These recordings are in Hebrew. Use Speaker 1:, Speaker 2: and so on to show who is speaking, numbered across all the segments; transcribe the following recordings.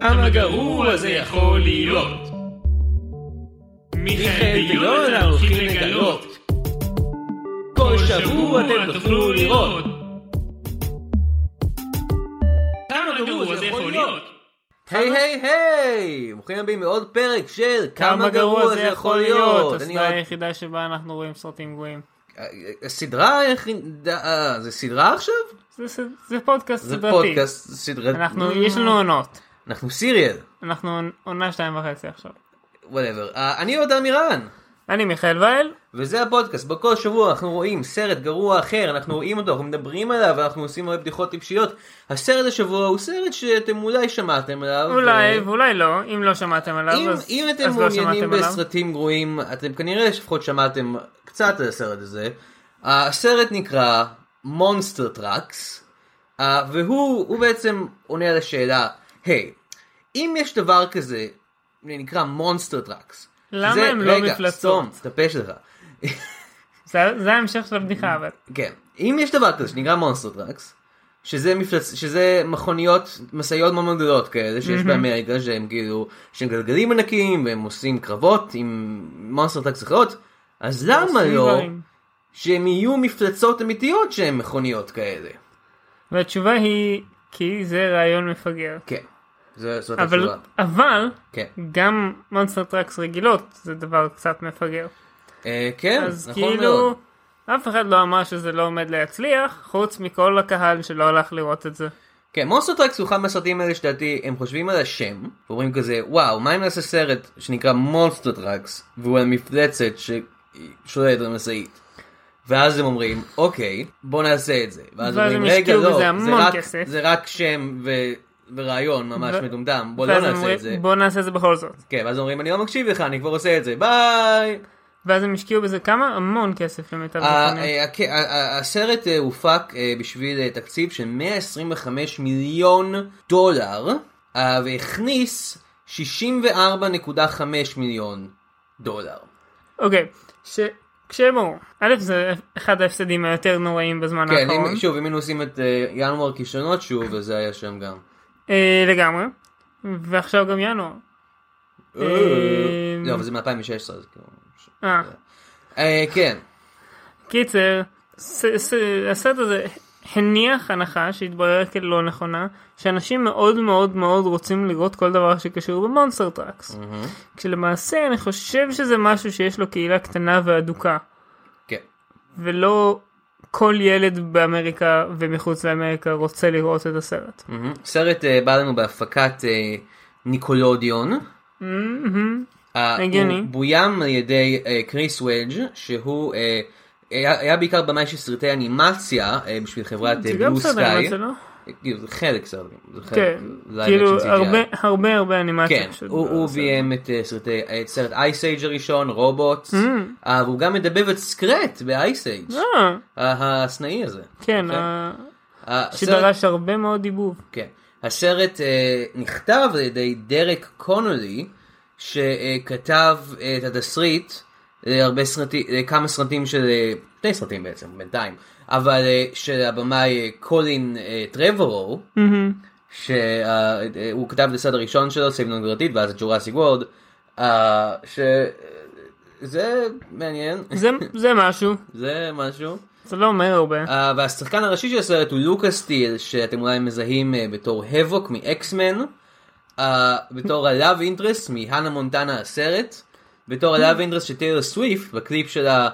Speaker 1: כמה גרוע זה יכול להיות. מיכאל ויונה הולכים לגלות. כל שבוע אתם תוכלו לראות. כמה גרוע זה יכול להיות.
Speaker 2: היי היי היי! ברוכים הבאים לעוד פרק של
Speaker 3: כמה גרוע זה יכול להיות,
Speaker 2: אני אה,
Speaker 3: הסדרה היחידה שבה אנחנו רואים סרטים גרועים.
Speaker 2: עוד- הסדרה היחידה... אה, זה סדרה עכשיו?
Speaker 3: זה ס- זה פודקאסט
Speaker 2: זה
Speaker 3: סדרתי.
Speaker 2: פודקאסט סדרתי.
Speaker 3: אנחנו, יש לנו עונות.
Speaker 2: אנחנו סיריאל.
Speaker 3: אנחנו עונה שתיים וחצי עכשיו.
Speaker 2: וואטאבר. אה, אני יהודה מירן.
Speaker 3: אני מיכאל ואל,
Speaker 2: וזה הפודקאסט, בו כל שבוע אנחנו רואים סרט גרוע אחר, אנחנו רואים אותו, אנחנו מדברים עליו, אנחנו עושים הרבה בדיחות טיפשיות. הסרט השבוע הוא סרט שאתם אולי שמעתם עליו.
Speaker 3: אולי
Speaker 2: ו-
Speaker 3: ואולי לא, אם לא שמעתם
Speaker 2: אם,
Speaker 3: עליו, אז
Speaker 2: אם אתם
Speaker 3: אז לא
Speaker 2: מעוניינים
Speaker 3: שמעתם עליו.
Speaker 2: בסרטים גרועים, אתם כנראה לפחות שמעתם קצת על הסרט הזה. הסרט נקרא מונסטר טראקס, והוא הוא בעצם עונה על השאלה, היי, אם יש דבר כזה, נקרא מונסטר טראקס.
Speaker 3: למה הם לא
Speaker 2: רגע,
Speaker 3: מפלצות?
Speaker 2: סתום, את הפה שלך.
Speaker 3: זה- זה ההמשך של הבדיחה אבל.
Speaker 2: כן, אם יש דבר כזה שנקרא מונסטר טראקס, שזה מפלצ... שזה מכוניות, משאיות מאוד מאוד גדולות כאלה שיש באמריקה, שהם כאילו, שהם גלגלים ענקים והם עושים קרבות עם מונסטר טראקס אחרות, אז למה
Speaker 3: עושים
Speaker 2: לא
Speaker 3: דברים.
Speaker 2: שהם יהיו מפלצות אמיתיות שהן מכוניות כאלה?
Speaker 3: והתשובה היא כי זה רעיון מפגר.
Speaker 2: כן, זו- זאת
Speaker 3: אבל
Speaker 2: התשובה.
Speaker 3: אבל
Speaker 2: כן,
Speaker 3: גם מונסטר טראקס רגילות זה דבר קצת מפגר.
Speaker 2: אה, כן,
Speaker 3: אז
Speaker 2: נכון מאוד.
Speaker 3: כאילו אף אחד לא אמר שזה לא עומד להצליח חוץ מכל הקהל שלא הלך לראות את זה.
Speaker 2: כן, מונסטר טראקס הוא אחד מהסרטים האלה שלדעתי הם חושבים על השם, ואומרים כזה, וואו, מה אם נעשה סרט שנקרא מונסטר טראקס, והוא על מפלצת ששולטת על משאית. ואז הם אומרים, אוקיי, בוא נעשה את זה. ואז
Speaker 3: ואז
Speaker 2: אומרים,
Speaker 3: הם
Speaker 2: רגע,
Speaker 3: השקיעו
Speaker 2: לא,
Speaker 3: בזה
Speaker 2: זה
Speaker 3: המון
Speaker 2: רק,
Speaker 3: כסף."
Speaker 2: זה רק שם ו... ורעיון ממש
Speaker 3: ו-
Speaker 2: מדומדם, בוא לא
Speaker 3: ואז הם
Speaker 2: נעשה
Speaker 3: אומרים,
Speaker 2: את זה.
Speaker 3: בוא נעשה את זה בכל זאת.
Speaker 2: כן, ואז אומרים, אני לא מקשיב לך, אני כבר עושה את זה, ביי!
Speaker 3: ואז הם השקיעו בזה כמה? המון כסף למיטב
Speaker 2: ה-
Speaker 3: זכרוני.
Speaker 2: ה- ה- ה- הסרט כן, אה, הופק אה, בשביל אה, תקציב של 125 מיליון דולר, אה, והכניס 64.5 מיליון דולר.
Speaker 3: אוקיי, ש- כשיהיה ברור, א' זה אחד ההפסדים היותר נוראים בזמן
Speaker 2: כן,
Speaker 3: האחרון.
Speaker 2: אם- שוב, אם היינו עושים את אה, ינואר כישלונות שוב, אז זה היה שם גם.
Speaker 3: אה, לגמרי. ועכשיו גם ינואר.
Speaker 2: אה,
Speaker 3: אמ,
Speaker 2: לא, אבל זה מ-2016, אז כאילו... ש-
Speaker 3: אה,
Speaker 2: אה, כן,
Speaker 3: קיצר, ס- ס- הסרט הזה הניח הנחה שהתבררה כלא נכונה, שאנשים מאוד מאוד מאוד רוצים לראות כל דבר שקשור במונסטר טראקס. כשלמעשה אני חושב שזה משהו שיש לו קהילה קטנה והדוקה.
Speaker 2: כן.
Speaker 3: ולא כל ילד באמריקה ומחוץ לאמריקה רוצה לראות את הסרט.
Speaker 2: מהמם. סרט אה, בא לנו בהפקת אה, ניקולודיון.
Speaker 3: מהמם.
Speaker 2: אה,
Speaker 3: הגיוני.
Speaker 2: הוא בוים על ידי אה, קריס וודג' שהוא אה, היה, היה בעיקר במאי של סרטי אנימציה אה, בשביל חברת
Speaker 3: זה גם
Speaker 2: בלו
Speaker 3: בסדר,
Speaker 2: סקאי.
Speaker 3: אבל זה לא?
Speaker 2: זה חלק סרטים. זה חלק,
Speaker 3: כן,
Speaker 2: live
Speaker 3: כאילו
Speaker 2: action CGI.
Speaker 3: הרבה הרבה הרבה
Speaker 2: כן,
Speaker 3: אנימציה. פשוט
Speaker 2: הוא- הוא
Speaker 3: בסרט.
Speaker 2: ביים את אה, סרטי, את סרט אייס אייג' הראשון, רובוט, והוא גם מדבב את סקרט באייס אייג',
Speaker 3: אה,
Speaker 2: הסנאי הזה.
Speaker 3: כן,
Speaker 2: אוקיי?
Speaker 3: ה-
Speaker 2: הסרט-
Speaker 3: שדרש הרבה מאוד דיבוב.
Speaker 2: כן. הסרט אה, נכתב על ידי דרק קונולי, שכתב אה, את התסריט אה, להרבה סרטים, לכמה סרטים של, אה, שני סרטים בעצם בינתיים, אבל אה, של הבמאי אה, קולין אה, טרוורו,
Speaker 3: מהמם.
Speaker 2: שהוא אה, כתב את הסרט הראשון שלו, סייבנון גרתית, ואז את ג'ורסי וורד, אה, שזה מעניין,
Speaker 3: זה זה משהו,
Speaker 2: זה משהו.
Speaker 3: זה לא אומר הרבה.
Speaker 2: אה, והשחקן הראשי של הסרט הוא לוקה סטיל, שאתם אולי מזהים אה, בתור הבוק מאקסמן, uh, בתור הלאב אינטרס מהנה מונטנה הסרט, בתור הלאב
Speaker 3: Mm.
Speaker 2: אינטרס של טיילר סוויפט, בקליפ של ה...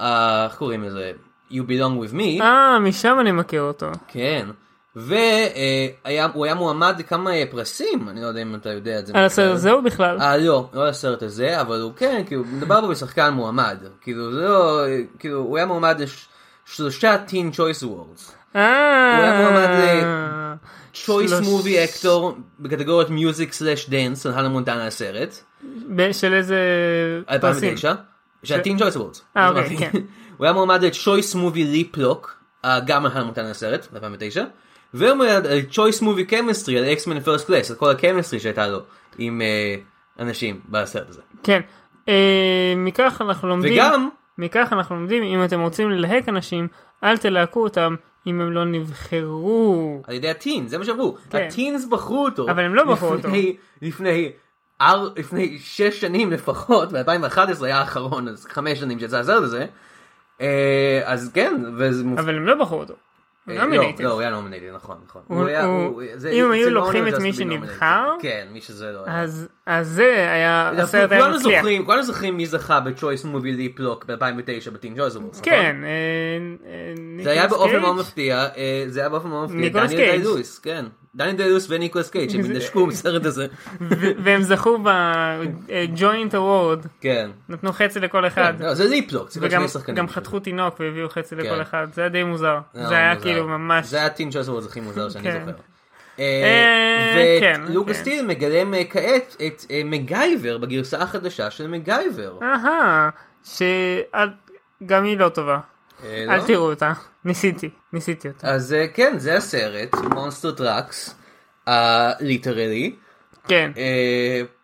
Speaker 2: אה, איך קוראים לזה? You belong with me,
Speaker 3: אה, משם אני מכיר אותו.
Speaker 2: כן. והוא היה מועמד לכמה אה, פרסים, אני לא יודע אם אתה יודע את זה.
Speaker 3: על
Speaker 2: מיכאל.
Speaker 3: הסרט הזה הוא בכלל.
Speaker 2: אה לא, לא לסרט הזה, אבל הוא כן, כאילו, מדובר פה בשחקן מועמד. כאילו, זה לא, כאילו, הוא היה מועמד לשלושה טין צ'וייס וורדס. הוא היה מועמד
Speaker 3: אה,
Speaker 2: ל- צ'וייס
Speaker 3: שלוש-
Speaker 2: מובי אקטור בקטגוריית מיוזיק סלאש דאנס על הנה מונטנה הסרט,
Speaker 3: ב- של איזה פרסים.
Speaker 2: 2009, שהטין צ'וייס וורדס.
Speaker 3: אה, אוקיי, כן.
Speaker 2: הוא היה מועמד לצ'וייס מובי ליפלוק, אה, גם על הנה מונטנה הסרט, ב-2009, והוא מועמד לצ'וייס מובי קמסטרי על אקסמן פרסט קלאס, על כל הקמסטרי שהייתה לו עם אה, אנשים בסרט הזה.
Speaker 3: כן. אה, מכך אנחנו לומדים.
Speaker 2: וגם,
Speaker 3: מכך אנחנו לומדים אם אתם רוצים ללהק אנשים אל תלהקו אותם אם הם לא נבחרו.
Speaker 2: על ידי הטין, זה מה שאמרו.
Speaker 3: כן.
Speaker 2: הטינס בחרו אותו.
Speaker 3: אבל הם לא בחרו אותו.
Speaker 2: לפני- לפני... אר- לפני שש שנים לפחות, ב-2011 היה האחרון, אז חמש שנים שיצא הסרט הזה. אה, אז כן, וזה מופ...
Speaker 3: אבל הם לא בחרו אותו. הוא
Speaker 2: אה, לא,
Speaker 3: nominated.
Speaker 2: לא, הוא היה נומינטד, נכון, נכון.
Speaker 3: הוא-
Speaker 2: הוא היה-
Speaker 3: הוא-
Speaker 2: הוא- זה-
Speaker 3: אם
Speaker 2: it's
Speaker 3: היו
Speaker 2: an
Speaker 3: לוקחים
Speaker 2: honor
Speaker 3: את
Speaker 2: just
Speaker 3: מי
Speaker 2: to be nominated.
Speaker 3: שנבחר,
Speaker 2: כן, מי שזה לא היה.
Speaker 3: אז אז זה היה
Speaker 2: אנחנו
Speaker 3: הסרט היה
Speaker 2: כולנו
Speaker 3: מצליח.
Speaker 2: זוכרים, כולנו זוכרים מי זכה בצ'וייס מוביל דיפלוק ב-2009 בטין ג'ויז נכון? אבורס,
Speaker 3: כן. אה, אה,
Speaker 2: זה היה
Speaker 3: ניקולס
Speaker 2: באופן
Speaker 3: קייג'.
Speaker 2: מאוד מפתיע, אה, זה היה באופן מאוד מפתיע,
Speaker 3: ניקולס
Speaker 2: דניאל דיי
Speaker 3: קייג'.
Speaker 2: לואיס, כן, דניאל דיי לואיס וניקולס קייג' שהם
Speaker 3: זה-
Speaker 2: נשקו בסרט הזה,
Speaker 3: ו- והם זכו אה, בג'וינט אוורד.
Speaker 2: כן,
Speaker 3: נתנו חצי לכל אחד.
Speaker 2: כן, לא, זה דיפלוק, זה
Speaker 3: וגם
Speaker 2: שני שחקנים,
Speaker 3: גם חתכו תינוק והביאו חצי
Speaker 2: כן.
Speaker 3: לכל אחד. זה היה די מוזר.
Speaker 2: מאוד
Speaker 3: זה היה
Speaker 2: מוזר.
Speaker 3: כאילו ממש...
Speaker 2: זה היה טין ג'ויז אבורס הכי מוזר שאני
Speaker 3: כן.
Speaker 2: זוכר.
Speaker 3: אה, כן,
Speaker 2: ולוקאס
Speaker 3: כן.
Speaker 2: סטיל מגלם אה, כעת את אה, מגייבר בגרסה החדשה של מגייבר.
Speaker 3: אהה. שגם היא לא טובה.
Speaker 2: אה, לא?
Speaker 3: אל תראו אותה. ניסיתי. ניסיתי אותה.
Speaker 2: אז אה, כן, זה הסרט, מונסטר טראקס, ליטרלי. אה,
Speaker 3: כן.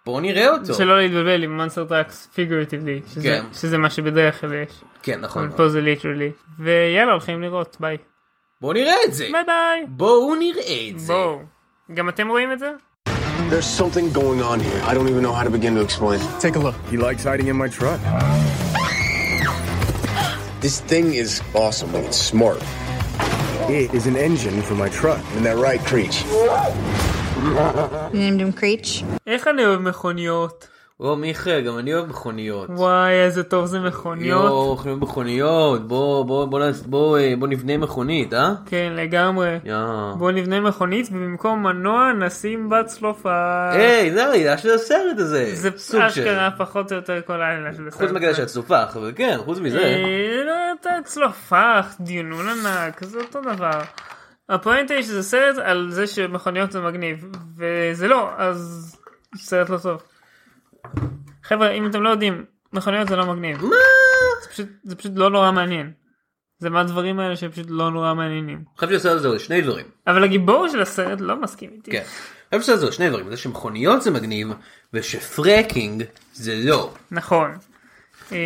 Speaker 2: בואו נראה אותו.
Speaker 3: שלא להתבלבל עם מונסטר טראקס פיגורטיבלי,
Speaker 2: כן.
Speaker 3: שזה מה שבדרך כלל יש,
Speaker 2: כן, נכון.
Speaker 3: אבל פה זה ליטרלי, ויאללה הולכים לראות, ביי.
Speaker 2: בואו נראה את זה.
Speaker 3: ביי ביי.
Speaker 2: בואו נראה את זה.
Speaker 3: בואו. גם אתם רואים את זה?
Speaker 4: There's something going on here. I don't even know how to begin to explain.
Speaker 5: Take a look. He likes hiding in my truck.
Speaker 4: This thing is awesome. Like it's smart.
Speaker 5: It is an engine for my truck.
Speaker 4: Isn't that right, Creech?
Speaker 6: You named him Creech?
Speaker 3: איך אני אוהב מכוניות?
Speaker 2: או מיכאל, גם אני אוהב מכוניות.
Speaker 3: וואי איזה טוב זה מכוניות.
Speaker 2: יואו, אנחנו אוהב מכוניות. בואו בוא, בוא, נעש- בוא, אה, בוא נבנה מכונית, אה?
Speaker 3: כן לגמרי.
Speaker 2: יואו.
Speaker 3: בואו נבנה מכונית ובמקום מנוע נשים בת צלופן.
Speaker 2: היי, זה הראייה של הסרט הזה.
Speaker 3: זה
Speaker 2: אה, סוג של.
Speaker 3: אשכרה פחות או יותר כל העניין של
Speaker 2: חוץ
Speaker 3: הסרט.
Speaker 2: מהקטע שאת סופח, אבל כן, חוץ מזה.
Speaker 3: אה, לא הייתה צלופח, דיונון ענק, זה אותו דבר. הפואנטה היא שזה סרט על זה שמכוניות זה מגניב, וזה לא, אז סרט לא טוב. חבר'ה, אם אתם לא יודעים, מכוניות זה לא מגניב.
Speaker 2: מה?
Speaker 3: זה פשוט, זה פשוט לא נורא מעניין. זה מהדברים האלה שפשוט לא נורא מעניינים.
Speaker 2: חייב שהסרט הזה הוא שני דברים.
Speaker 3: אבל הגיבור של הסרט לא מסכים איתי.
Speaker 2: כן. חייב שהסרט הזה הוא שני דברים. זה שמכוניות זה מגניב, ושפרקינג זה לא.
Speaker 3: נכון. אמ,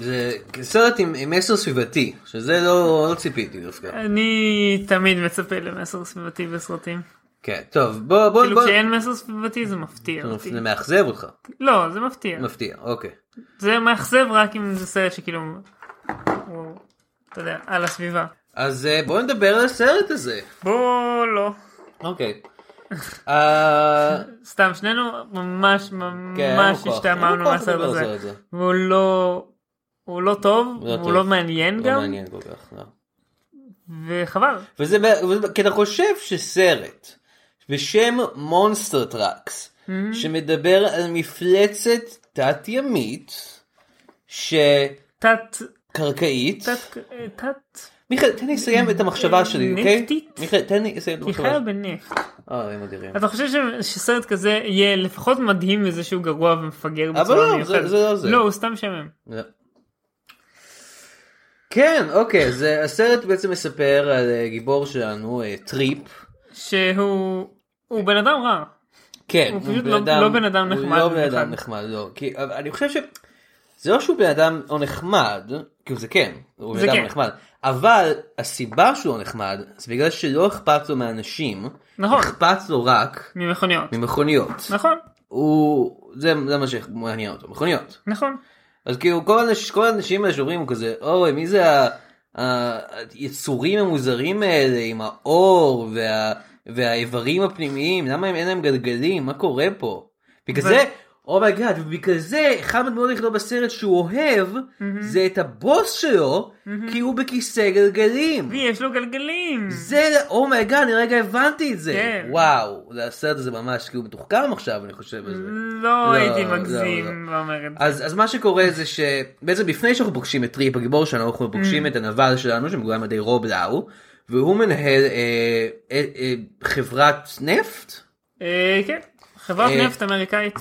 Speaker 2: זה סרט עם, עם מסר סביבתי, שזה לא, לא ציפיתי
Speaker 3: אה.
Speaker 2: דווקא.
Speaker 3: אני תמיד מצפה למסר סביבתי בסרטים.
Speaker 2: כן, טוב, בוא, בוא,
Speaker 3: כאילו
Speaker 2: בוא.
Speaker 3: כשאין מסר סביבתי זה מפתיע אותי.
Speaker 2: זה מאכזב אותך,
Speaker 3: לא, זה מפתיע.
Speaker 2: מפתיע, אוקיי.
Speaker 3: זה מאכזב רק אם זה סרט שכאילו, הוא, אתה יודע, על הסביבה.
Speaker 2: אז אה, בוא נדבר על הסרט הזה.
Speaker 3: בוא לא.
Speaker 2: אוקיי. אה,
Speaker 3: סתם, שנינו ממש
Speaker 2: כן, אין
Speaker 3: ממש
Speaker 2: לו כוח, אין
Speaker 3: השתעממנו
Speaker 2: לו כוח
Speaker 3: מהסרט
Speaker 2: לדבר על
Speaker 3: הזה.
Speaker 2: הסרט הזה.
Speaker 3: והוא לא, הוא לא טוב,
Speaker 2: לא
Speaker 3: הוא
Speaker 2: טוב.
Speaker 3: לא מעניין
Speaker 2: לא
Speaker 3: גם,
Speaker 2: מעניין כל כך, לא.
Speaker 3: וחבל.
Speaker 2: וזה, מה- וזה- כי אתה חושב שסרט בשם מונסטר טראקס, שמדבר על מפלצת תת ימית, שקרקעית,
Speaker 3: תת, תת, תת,
Speaker 2: מיכאל, תן לי לסיים את המחשבה שלי, אוקיי?
Speaker 3: נפטית?
Speaker 2: מיכאל, תן לי לסיים את
Speaker 3: כי
Speaker 2: המחשבה.
Speaker 3: חיה בנפט.
Speaker 2: אה, הם אדירים.
Speaker 3: אתה חושב ש- שסרט כזה יהיה לפחות מדהים מזה שהוא גרוע ומפגר
Speaker 2: לא, זה-
Speaker 3: בצורה מיוחדת?
Speaker 2: זה לא זה.
Speaker 3: לא, הוא סתם שמם.
Speaker 2: לא. כן, אוקיי, אז אה, הסרט בעצם מספר על אה, גיבור שלנו, אה, טריפ.
Speaker 3: שהוא, הוא בן אדם רע.
Speaker 2: כן,
Speaker 3: הוא פשוט לא- לא בן אדם נחמד
Speaker 2: הוא לא בן
Speaker 3: במיוחד.
Speaker 2: אדם נחמד, לא. כי אבל אני חושב ש... זה לא שהוא בן אדם לא נחמד, כאילו זה כן, הוא בן
Speaker 3: זה
Speaker 2: אדם
Speaker 3: כן.
Speaker 2: נחמד, אבל הסיבה שהוא לא נחמד זה בגלל שלא אכפת לו מאנשים,
Speaker 3: נכון.
Speaker 2: אכפת לו רק
Speaker 3: ממכוניות.
Speaker 2: ממכוניות.
Speaker 3: נכון,
Speaker 2: הוא... זה, זה מה שמעניין אותו, מכוניות.
Speaker 3: נכון.
Speaker 2: אז כאילו כל, האנש, כל האנשים האלה שאומרים הוא כזה אוי מי זה ה- ה- היצורים המוזרים האלה עם האור וה, והאיברים הפנימיים למה הם אין להם גלגלים מה קורה פה. בגלל
Speaker 3: ו-
Speaker 2: זה אומייגאד ובגלל זה אחד הדמות היחידות בסרט שהוא אוהב זה את הבוס שלו כי הוא בכיסא גלגלים.
Speaker 3: ויש לו גלגלים.
Speaker 2: זה אומייגאד אני רגע הבנתי את זה.
Speaker 3: כן.
Speaker 2: וואו זה הסרט הזה ממש כאילו מתוחכם עכשיו אני חושב על זה.
Speaker 3: לא הייתי
Speaker 2: לא,
Speaker 3: מגזים ואומר את זה.
Speaker 2: אז, אז מה שקורה זה שבעצם לפני שאנחנו פוגשים את טריפ הגיבור שלנו אנחנו פוגשים את הנבל שלנו שמגוים על ידי רובלאו והוא מנהל אה, אה, אה, חברת נפט
Speaker 3: אה, כן, חברת
Speaker 2: אה,
Speaker 3: נפט אמריקאית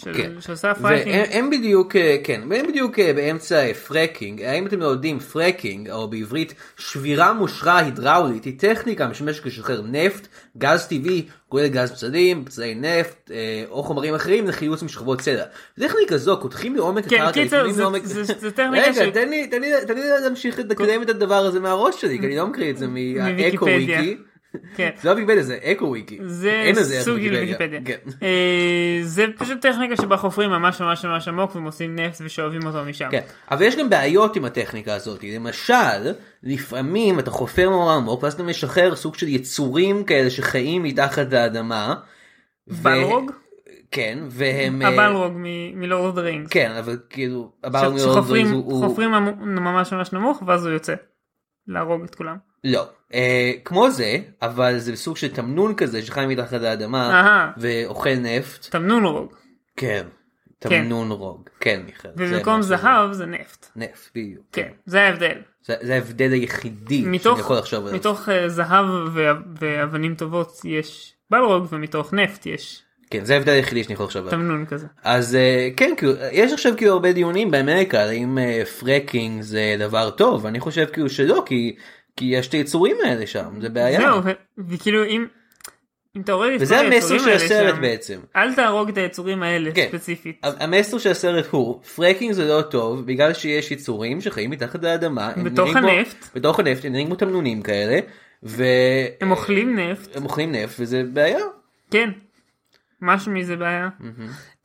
Speaker 3: של-
Speaker 2: כן.
Speaker 3: שעושה פרקינג.
Speaker 2: והם הם בדיוק, אה, כן, הם בדיוק אה, באמצע אה, פרקינג, האם אתם לא יודעים פרקינג, או בעברית שבירה מושרה הידראולית, היא טכניקה המשמשת לשחרר נפט, גז טבעי, כולל גז פצלים, פצלי נפט, אה, או חומרים אחרים לחילוץ משכבות סלע. טכניקה זו, קודחים לעומק
Speaker 3: כן,
Speaker 2: הקרקע,
Speaker 3: קיצר,
Speaker 2: לפעמים
Speaker 3: זה-
Speaker 2: לעומק-
Speaker 3: זה- זה- זה טכניקה
Speaker 2: רגע,
Speaker 3: ש-
Speaker 2: תן לי- תן לי תן לי להמשיך לדקלם את הדבר הזה מהראש שלי, כי אני לא מקריא את זה מהאקו
Speaker 3: מוויקיפדיה.
Speaker 2: וויקי.
Speaker 3: כן.
Speaker 2: זה לא ויקיפדיה, זה אקו וויקי.
Speaker 3: זה
Speaker 2: אין לזה ערך
Speaker 3: סוג של
Speaker 2: בוויקיפדיה.
Speaker 3: ויקיפדיה.
Speaker 2: כן.
Speaker 3: אה, זה פשוט טכניקה שבה חופרים ממש ממש ממש עמוק ומוצאים נפט ושואבים אותו משם.
Speaker 2: כן, אבל יש גם בעיות עם הטכניקה הזאת. למשל, לפעמים אתה חופר נורא עמוק, ואז אתה משחרר סוג של יצורים כאלה שחיים מתחת לאדמה. ו-
Speaker 3: בלרוג?
Speaker 2: כן, והם... אה,
Speaker 3: הבלרוג מ- מלורד אוף דה רינגס.
Speaker 2: כן, אבל כאילו, הבלרוג
Speaker 3: שחופרים
Speaker 2: הוא- הוא-
Speaker 3: חופרים עמו- ממש ממש נמוך ואז הוא יוצא. להרוג את כולם.
Speaker 2: לא. אה, כמו זה, אבל זה סוג של תמנון כזה שחי מתחת לאדמה,
Speaker 3: אהה,
Speaker 2: ואוכל נפט.
Speaker 3: תמנון רוג.
Speaker 2: כן. תמנון רוג. כן, מיכאל. זה
Speaker 3: ובמקום
Speaker 2: מה שזה.
Speaker 3: זהב זה נפט.
Speaker 2: נפט, בדיוק.
Speaker 3: כן, זה ההבדל.
Speaker 2: זה זה ההבדל היחידי שאני
Speaker 3: מתוך,
Speaker 2: יכול לחשוב עליו.
Speaker 3: מתוך אה, זהב ו- ואבנים טובות יש בלרוג ומתוך נפט יש
Speaker 2: כן, זה ההבדל היחידי שאני יכול לחשוב עליו.
Speaker 3: תמנון כזה.
Speaker 2: אז אה, כן כאילו יש עכשיו כאילו הרבה דיונים באמריקה על האם אה, פרקינג זה דבר טוב אני חושב כאילו שלא כי כי יש את היצורים האלה שם זה בעיה
Speaker 3: זהו, ו- וכאילו אם אם אתה הורג את כל
Speaker 2: וזה המסר
Speaker 3: היצורים
Speaker 2: של
Speaker 3: האלה
Speaker 2: הסרט
Speaker 3: שם,
Speaker 2: בעצם.
Speaker 3: אל תהרוג את היצורים האלה
Speaker 2: כן.
Speaker 3: ספציפית.
Speaker 2: ה- המסר של הסרט הוא פרקינג זה לא טוב בגלל שיש יצורים שחיים מתחת לאדמה הם
Speaker 3: בתוך
Speaker 2: נראים כמו-
Speaker 3: הנפט.
Speaker 2: בתוך הנפט הם נראים כמו תמנונים כאלה והם
Speaker 3: הם אוכלים נפט,
Speaker 2: אוכלים נפט וזה בעיה
Speaker 3: כן. משהו מזה בעיה.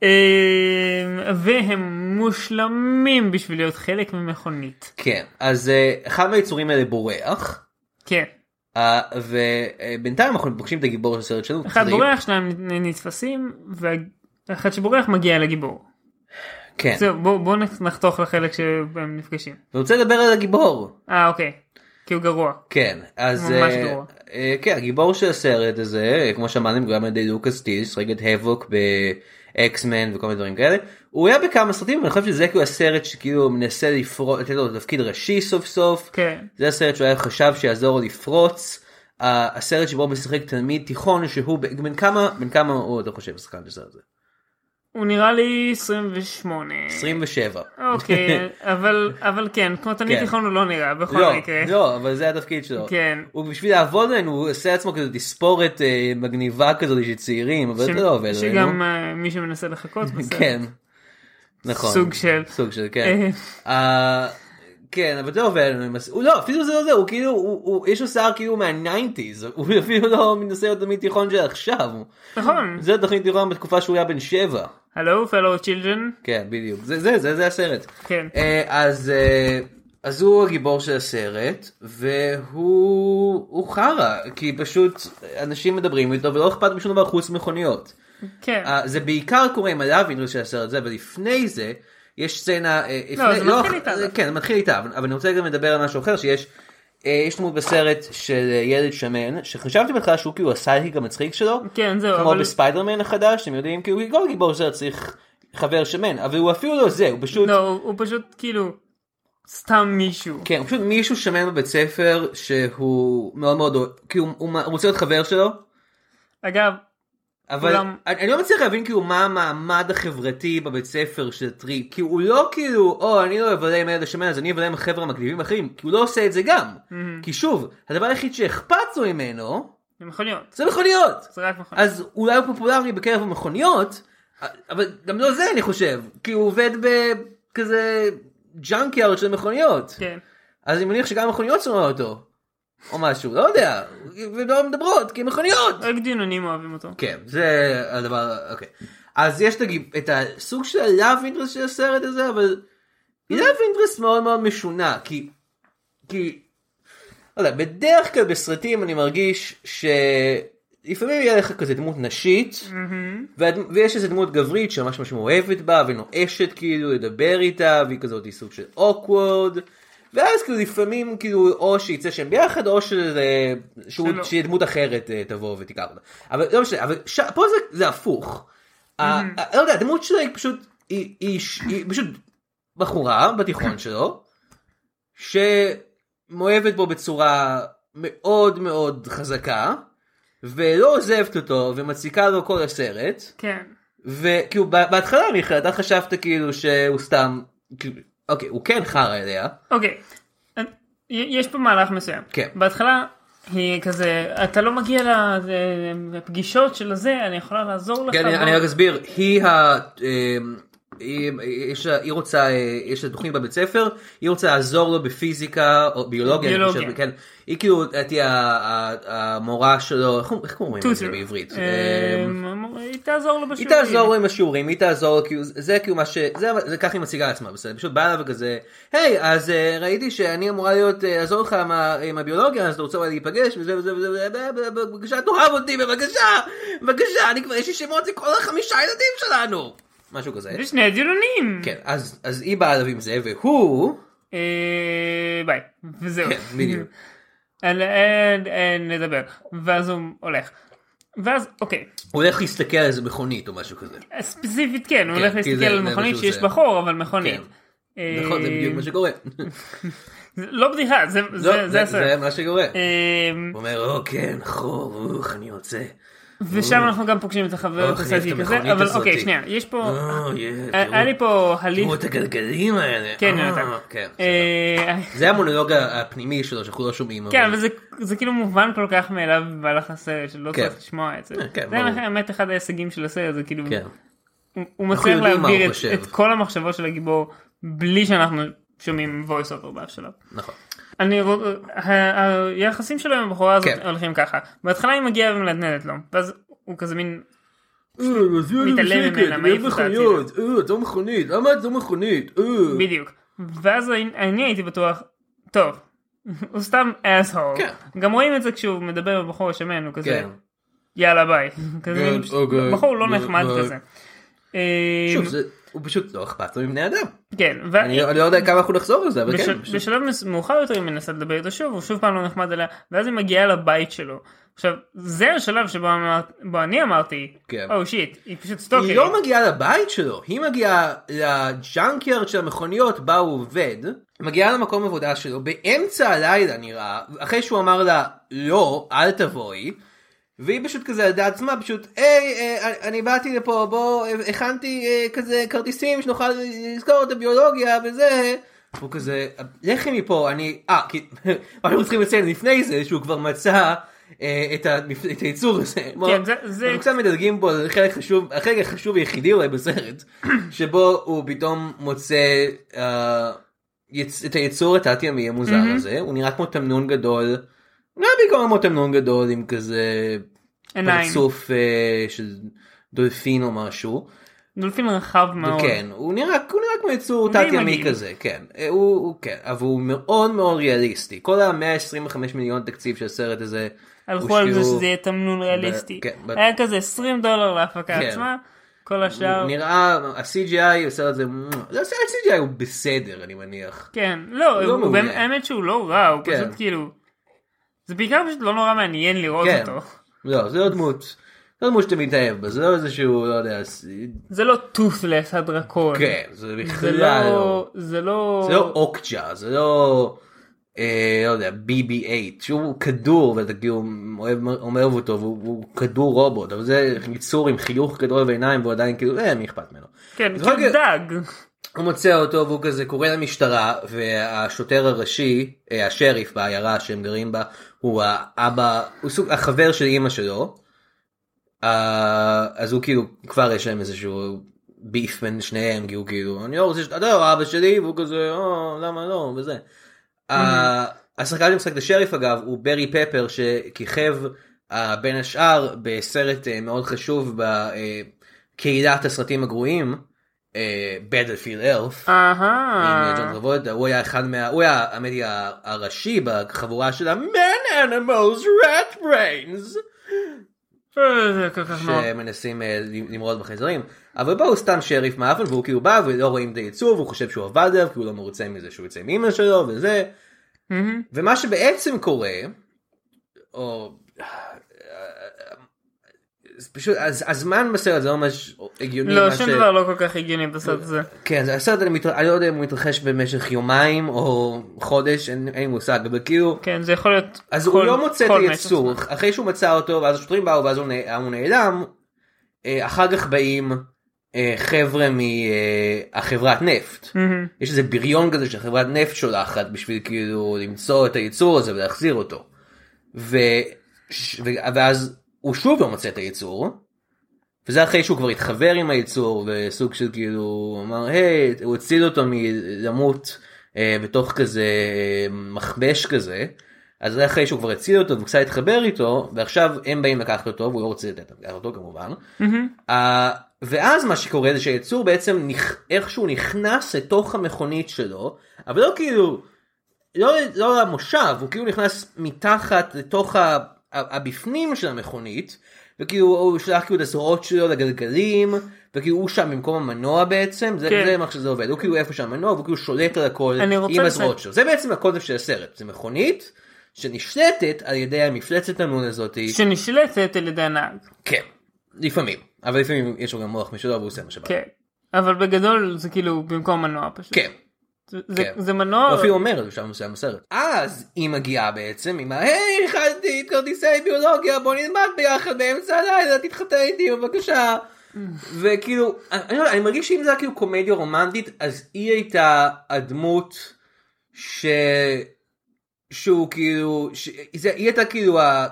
Speaker 3: אה, והם מושלמים בשביל להיות חלק ממכונית.
Speaker 2: כן אז אה, אחד מהיצורים האלה בורח אה,
Speaker 3: כן.
Speaker 2: ובינתיים אנחנו פוגשים את הגיבור של הסרט שלנו
Speaker 3: אחד
Speaker 2: טריפ.
Speaker 3: בורח, שניים נ- נתפסים, והאחד שבורח מגיע לגיבור.
Speaker 2: כן.
Speaker 3: זהו, בואו נחתוך לחלק שהם נפגשים.
Speaker 2: אני רוצה לדבר על הגיבור.
Speaker 3: אה, אוקיי. כי הוא גרוע.
Speaker 2: כן, אז
Speaker 3: ממש
Speaker 2: אה,
Speaker 3: גרוע.
Speaker 2: אה, כן, הגיבור של הסרט הזה, אה, כמו שאמרנו, גם על ידי לוקאס טיל, ששחק את האבוק באקסמן וכל מיני דברים כאלה, הוא היה בכמה סרטים, אבל אני חושב שזה כאילו הסרט שכאילו מנסה לפרוץ, לתת לו תפקיד ראשי סוף סוף,
Speaker 3: כן.
Speaker 2: זה הסרט שהוא היה חשב שיעזור לו לפרוץ, ה- הסרט שבו משחק תלמיד תיכון שהוא ב- בן כמה, בן כמה הוא אתה חושב שחקן בסרט הזה?
Speaker 3: הוא נראה לי 28.
Speaker 2: 27.
Speaker 3: אוקיי, אבל אבל כן, כמו תמיד
Speaker 2: כן.
Speaker 3: תיכון הוא לא נראה, בכל
Speaker 2: לא,
Speaker 3: מקרה.
Speaker 2: לא, אבל זה התפקיד שלו.
Speaker 3: כן.
Speaker 2: הוא בשביל לעבוד עלינו, הוא עושה עצמו כזו תספורת אה, מגניבה כזאת של צעירים, אבל זה
Speaker 3: ש-
Speaker 2: לא עובד עלינו.
Speaker 3: שגם אה, מי שמנסה לחכות בסרט.
Speaker 2: כן. נכון.
Speaker 3: סוג של.
Speaker 2: סוג של,
Speaker 3: אה.
Speaker 2: כן. אה, כן, אבל זה לא עובד עלינו. עם הס- הוא לא, אפילו זה לא זה, הוא כאילו, הוא- הוא- יש לו שיער כאילו מהניינטיז, הוא אפילו לא מנסה להיות תלמיד תיכון של עכשיו. הוא-
Speaker 3: נכון.
Speaker 2: זה תוכנית תיכון בתקופה שהוא היה בן שבע.
Speaker 3: הלו, פלו צ'ילדרן.
Speaker 2: כן, בדיוק. זה, זה, זה, זה הסרט.
Speaker 3: כן.
Speaker 2: אה, אז, אה, אז הוא הגיבור של הסרט, והוא הוא חרא, כי פשוט אנשים מדברים איתו ולא אכפת משום דבר חוץ מכוניות.
Speaker 3: כן.
Speaker 2: אה, זה בעיקר קורה עם הלאווינרס של הסרט הזה, אבל לפני זה, יש סצנה... אה, לפני,
Speaker 3: לא, זה מתחיל איתה,
Speaker 2: אה,
Speaker 3: זה.
Speaker 2: כן, זה מתחיל איתה, אבל אבל אני רוצה גם לדבר על משהו אחר שיש. אה, יש דמות בסרט של אה, ילד שמן, שחשבתי בהתחלה שהוא כאילו הסייקיק המצחיק שלו,
Speaker 3: כן, זהו,
Speaker 2: כמו
Speaker 3: אבל-
Speaker 2: בספיידרמן החדש, אתם יודעים, כאילו כל גיבור סרט צריך חבר שמן, אבל הוא אפילו לא זה, הוא פשוט...
Speaker 3: לא, הוא הוא פשוט כאילו סתם מישהו.
Speaker 2: כן, הוא פשוט מישהו שמן בבית ספר שהוא מאוד מאוד, אוהב- כאילו הוא- הוא רוצה להיות חבר שלו,
Speaker 3: אגב,
Speaker 2: אבל
Speaker 3: כולם-
Speaker 2: אני, אני לא מצליח להבין כאילו מה המעמד החברתי בבית ספר של טריפ, כי הוא לא כאילו, או אני לא אבלה עם הילד השמן אז אני אבלה עם החבר'ה המגניבים האחרים, כי הוא לא עושה את זה גם. כי שוב, הדבר היחיד שאכפת לו ממנו,
Speaker 3: זה מכוניות.
Speaker 2: זה מכוניות.
Speaker 3: זה רק מכוניות.
Speaker 2: אז אולי הוא פופולרי בקרב המכוניות, אבל גם לא זה אני חושב, כי הוא עובד בכזה ג'אנקיארד של מכוניות.
Speaker 3: כן.
Speaker 2: אז אני מניח שגם מכוניות שונאות אותו. או משהו, לא יודע. ולא מדברות, כי מכוניות.
Speaker 3: רק ג'ינונים אוהבים אותו.
Speaker 2: כן, זה הדבר, אוקיי. אז יש את הגיב- את הסוג של הלאב אינטרס של הסרט הזה, אבל לאב אינטרס מאוד מאוד משונה, כי... כי... לא יודע, בדרך כלל בסרטים אני מרגיש ש... לפעמים יהיה לך כזה דמות נשית, והד- ויש איזה דמות גברית שממש ממש מאוהבת בה, ונואשת כאילו לדבר איתה, והיא כזאת היא סוג של אוקוורד, ואז כאילו לפעמים כאילו או שיצא שהם ביחד, או שזה- שהוא-
Speaker 3: שלא.
Speaker 2: שיהיה דמות אחרת אה, תבוא ותיקח אותה. אבל לא משנה, אבל ש... פה זה, זה הפוך. ה- ה- לא יודע, הדמות שלו היא פשוט, היא, היא, היא פשוט בחורה בתיכון שלו, שמאוהבת בו בצורה מאוד מאוד חזקה, ולא עוזבת אותו, ומציקה לו כל הסרט,
Speaker 3: כן.
Speaker 2: וכאילו בה- בהתחלה מיכאל אתה חשבת כאילו שהוא סתם כאילו, אוקיי הוא כן חרא אליה
Speaker 3: אוקיי, אני- י- יש פה מהלך מסוים.
Speaker 2: כן.
Speaker 3: בהתחלה היא כזה, אתה לא מגיע לזה- לפגישות של הזה, אני יכולה לעזור לך.
Speaker 2: כן, אני
Speaker 3: בוא."
Speaker 2: אני רק אסביר, היא ה... אמ, היא- יש לה- היא רוצה, אה, יש לה תוכנית בבית ספר, היא רוצה לעזור לו בפיזיקה או ביולוגיה, אני
Speaker 3: ביולוגיה.
Speaker 2: חושב, כן. היא כאילו, לדעתי ה- ה- המורה שלו, איך איך קוראים לזה
Speaker 3: טוטר.
Speaker 2: בעברית? אמ,
Speaker 3: אמ, היא תעזור לו
Speaker 2: היא
Speaker 3: בשיעורים.
Speaker 2: תעזור לו עם השיעורים, היא תעזור, לו, כאילו, זה כאילו מה ש... זה זה ככה היא מציגה לעצמה, בסדר? פשוט באה אליו וכזה, היי, אז אה, ראיתי שאני אמורה להיות, אה, לעזור לך עם ה- עם הביולוגיה, אז אתה רוצה אולי להיפגש, וזה וזה וזה, וזה, ב- ב- ב- בבקשה, תאהב אותי, בבקשה, בבקשה, אני כבר, יש לי שמות לכל החמישה ילדים שלנו! משהו כזה.
Speaker 3: זה שני הדיונים.
Speaker 2: כן, אז אז היא באה אליו עם זה, והוא...
Speaker 3: אה, ביי. וזהו.
Speaker 2: כן, בדיוק.
Speaker 3: אין- אין- אין לדבר. ואז הוא הולך. ואז, אוקיי,
Speaker 2: הוא הולך להסתכל על איזה מכונית או משהו כזה.
Speaker 3: ספציפית כן, הוא
Speaker 2: כן,
Speaker 3: הולך
Speaker 2: כי
Speaker 3: להסתכל
Speaker 2: זה-
Speaker 3: על
Speaker 2: זה מה
Speaker 3: מכונית
Speaker 2: שהוא
Speaker 3: שיש
Speaker 2: עושה.
Speaker 3: בה חור, אבל מכונית.
Speaker 2: כן.
Speaker 3: אה,
Speaker 2: נכון, זה בדיוק מה שקורה.
Speaker 3: זה לא בדיחה, זה-
Speaker 2: לא,
Speaker 3: זה- זה
Speaker 2: זה
Speaker 3: הסרט.
Speaker 2: זה מה שקורה.
Speaker 3: אמ,
Speaker 2: הוא אומר, או כן, חור, אוח, אני רוצה.
Speaker 3: ושם אנחנו גם פוגשים את החבר
Speaker 2: אוח, אני אוהב אוקיי, את
Speaker 3: הסטי
Speaker 2: המכונית
Speaker 3: כזה, אבל
Speaker 2: הזאתי.
Speaker 3: אוקיי, שנייה, יש פה,
Speaker 2: אה, יא, תראו-
Speaker 3: היה לי פה הליך,
Speaker 2: תראו את הגלגלים האלה.
Speaker 3: כן,
Speaker 2: אה,
Speaker 3: יונתן.
Speaker 2: כן,
Speaker 3: אה,
Speaker 2: זה המונולוג הפנימי שלו שאנחנו לא שומעים.
Speaker 3: כן,
Speaker 2: אבל-
Speaker 3: אבל זה- זה כאילו מובן כל כך מאליו במהלך הסרט, שלא
Speaker 2: כן.
Speaker 3: צריך לשמוע את זה.
Speaker 2: כן,
Speaker 3: זה
Speaker 2: ברור.
Speaker 3: האמת אחד ההישגים של הסרט, זה כאילו,
Speaker 2: כן.
Speaker 3: הוא- הוא מצליח
Speaker 2: יודעים מה הוא
Speaker 3: להעביר את-
Speaker 2: חושב.
Speaker 3: את כל המחשבות של הגיבור, בלי שאנחנו שומעים voice over באף שלב.
Speaker 2: נכון.
Speaker 3: אני רואה, היחסים שלו עם הבחורה הזאת
Speaker 2: כן.
Speaker 3: הולכים ככה. בהתחלה היא מגיעה ומנדנדת לו, ואז הוא כזה מין,
Speaker 2: אה,
Speaker 3: מתעלם ממנה,
Speaker 2: מתעלם
Speaker 3: מעיף אותה
Speaker 2: את לא מכונית, למה את לא מכונית? אה.
Speaker 3: בדיוק. ואז אני- אני הייתי בטוח, טוב, הוא סתם אסהול.
Speaker 2: כן.
Speaker 3: גם רואים את זה כשהוא מדבר עם הבחור השמן, הוא כזה,
Speaker 2: כן.
Speaker 3: יאללה ביי. כזה
Speaker 2: כן,
Speaker 3: מין פשוט-
Speaker 2: אוקיי,
Speaker 3: בחור לא
Speaker 2: ביי,
Speaker 3: נחמד
Speaker 2: ביי.
Speaker 3: כזה. אה,
Speaker 2: שוב, זה- הוא פשוט לא אכפת לו מבני אדם.
Speaker 3: כן, ו-
Speaker 2: אני אני לא יודע כמה אנחנו נחזור לזה, אבל
Speaker 3: בש-
Speaker 2: כן. פשוט-
Speaker 3: בשלב מס- מאוחר יותר היא מנסה לדבר איתו שוב, הוא שוב פעם לא נחמד אליה, ואז היא מגיעה לבית שלו. עכשיו, זה השלב שבו אמרת- בו אני אמרתי,
Speaker 2: כן.
Speaker 3: או שיט, היא פשוט
Speaker 2: היא
Speaker 3: סטוקרית.
Speaker 2: לא מגיעה לבית שלו, היא מגיעה לג'אנקיארד של המכוניות בה הוא עובד, מגיעה למקום עבודה שלו באמצע הלילה נראה, אחרי שהוא אמר לה לא, אל תבואי, והיא פשוט כזה על דעת עצמה פשוט, היי, אה, אני באתי לפה, בוא, אה, הכנתי אה, כזה כרטיסים שנוכל לזכור את הביולוגיה וזה. הוא כזה, לכי מפה, אני, אה, כי, אנחנו צריכים לציין לפני זה שהוא כבר מצא אה, את המפ- את הייצור הזה.
Speaker 3: כן, זה- זה-
Speaker 2: אנחנו קצת מדלגים פה על חלק חשוב, החלק החשוב היחידי אולי בסרט, שבו הוא פתאום מוצא אה, יצ- את היצור התת-ימי המוזר הזה, הוא נראה כמו תמנון גדול, נראה בעיקר כמו תמנון גדול עם כזה
Speaker 3: עיניים.
Speaker 2: פרצוף אה, של דולפין או משהו.
Speaker 3: דולפין רחב מאוד.
Speaker 2: כן, הוא נראה, הוא נראה כמו יצור
Speaker 3: די
Speaker 2: תת-ימי
Speaker 3: מגעיל.
Speaker 2: כזה, כן. אה, הוא, הוא כן, אבל הוא מאוד מאוד ריאליסטי. כל ה-125 מיליון תקציב של הסרט הזה,
Speaker 3: הלכו על זה
Speaker 2: הושקעו-
Speaker 3: שזה יהיה תמנון ריאליסטי.
Speaker 2: כן, ב-
Speaker 3: היה כזה 20 דולר להפקה
Speaker 2: כן.
Speaker 3: עצמה, כל השאר,
Speaker 2: הוא נראה, ה-CGI, הסרט הזה, לא, זה הסרט CGI הוא בסדר, אני מניח.
Speaker 3: כן, לא,
Speaker 2: לא
Speaker 3: הוא
Speaker 2: מעולה.
Speaker 3: באמת- האמת שהוא לא רע, הוא
Speaker 2: כן.
Speaker 3: פשוט כאילו, זה בעיקר פשוט לא נורא מעניין לראות
Speaker 2: כן.
Speaker 3: אותו.
Speaker 2: לא, זה לא דמות, לא דמות שאתה מתאהב בה, זה לא איזשהו, לא יודע, ס-
Speaker 3: זה לא טות'לס הדרקון.
Speaker 2: כן, זה
Speaker 3: זה
Speaker 2: בכלל לא,
Speaker 3: לא, זה לא,
Speaker 2: זה לא אוקצ'ה, זה לא, אה, לא יודע, BB-8, שהוא כדור, ואתה כאילו אוהב אוהב אותו, והוא הוא כדור רובוט, אבל זה יצור עם חיוך גדול בעיניים, והוא עדיין כאילו, אה, מי אכפת ממנו.
Speaker 3: כן,
Speaker 2: זה
Speaker 3: כאילו
Speaker 2: רק-
Speaker 3: דג.
Speaker 2: הוא מוצא אותו והוא כזה קורא למשטרה והשוטר הראשי אה, השריף בעיירה שהם גרים בה הוא האבא הוא סוג החבר של אימא שלו. אה, אז הוא כאילו כבר יש להם איזשהו ביף בין שניהם כי הוא כאילו אני לא רוצה שאתה לא אבא שלי והוא כזה "אה, למה לא וזה. אה, השחקן שמשחק את השריף אגב הוא ברי פפר שכיכב אה, בין השאר בסרט אה, מאוד חשוב בקהילת הסרטים הגרועים. אה, בדלפילד אלף.
Speaker 3: אה.
Speaker 2: אה, ג'ון
Speaker 3: אהה.
Speaker 2: טרבולטה הוא היה אחד מה... הוא היה האמת היא ה- הראשי בחבורה של ה-Man Animals Rat Brains
Speaker 3: אה, זה כל כך נורא.
Speaker 2: שמנסים אה, למרוד בחייזרים אבל בואו סתם שריף מאפן והוא כאילו בא ולא רואים את הייצור והוא חושב שהוא עבד עליו כי הוא לא מרוצה מזה שהוא יוצא עם אמא שלו וזה
Speaker 3: מהמם.
Speaker 2: ומה שבעצם קורה, או... זה פשוט הז- הזמן בסרט זה לא ממש הגיוני.
Speaker 3: לא,
Speaker 2: מה
Speaker 3: שום
Speaker 2: ש-
Speaker 3: דבר לא כל כך הגיוני בסרט הזה.
Speaker 2: כן, זה הסרט, אני, מת... אני לא יודע אם הוא מתרחש במשך יומיים או חודש, אין, אין לי מושג, אבל כאילו,
Speaker 3: כן, זה יכול להיות
Speaker 2: אז
Speaker 3: כל-
Speaker 2: הוא לא מוצא את
Speaker 3: כל
Speaker 2: היצור,
Speaker 3: משך זמן.
Speaker 2: אחרי שהוא מצא אותו, ואז השוטרים באו, ואז הוא, נ... הוא נעלם, אה, אחר כך באים אה, חבר'ה מהחברת נפט. יש איזה בריון כזה שחברת נפט שולחת בשביל כאילו למצוא את הייצור הזה ולהחזיר אותו. ו... ש- ו... ואז הוא שוב לא מוצא את הייצור. וזה אחרי שהוא כבר התחבר עם הייצור וסוג של כאילו הוא אמר היי הוא הציל אותו מלמות אה, בתוך כזה אה, מכבש כזה. אז זה אחרי שהוא כבר הציל אותו והוא קצת התחבר איתו ועכשיו הם באים לקחת אותו והוא לא רוצה לתת להם לקחת אותו כמובן. אה, ואז מה שקורה זה שהיצור בעצם נכ... איכשהו נכנס לתוך המכונית שלו אבל לא כאילו לא, לא למושב, הוא כאילו נכנס מתחת לתוך ה, ה, הבפנים של המכונית, וכאילו הוא שלח כאילו את הזרועות שלו לגלגלים, וכאילו הוא שם במקום המנוע בעצם, זה,
Speaker 3: כן.
Speaker 2: זה מה שזה עובד, הוא כאילו איפה שהמנוע, והוא כאילו שולט על הכל
Speaker 3: אני רוצה
Speaker 2: עם
Speaker 3: לסי-
Speaker 2: הזרועות שלו. זה בעצם הקונספט של הסרט, זה מכונית שנשלטת על ידי המפלצת המון הזאת,
Speaker 3: שנשלטת על ידי הנהג.
Speaker 2: כן, לפעמים, אבל לפעמים יש לו גם מוח משלו והוא עושה מה שבא.
Speaker 3: כן. אבל בגדול זה כאילו במקום מנוע פשוט.
Speaker 2: כן.
Speaker 3: זה- זה-
Speaker 2: כן.
Speaker 3: זה מנוע.
Speaker 2: הוא אפילו אומר שם מסוים בסרט. אז היא מגיעה בעצם עם ה... היי, הכנתי את כרטיסי ביולוגיה, בוא נלמד ביחד באמצע הלילה, תתחתן איתי בבקשה. וכאילו, אני, אני, לא יודע, אני מרגיש שאם זה היה כאילו קומדיה רומנטית, אז היא הייתה הדמות ש... שהוא כאילו, ש... זה, היא הייתה כאילו ה...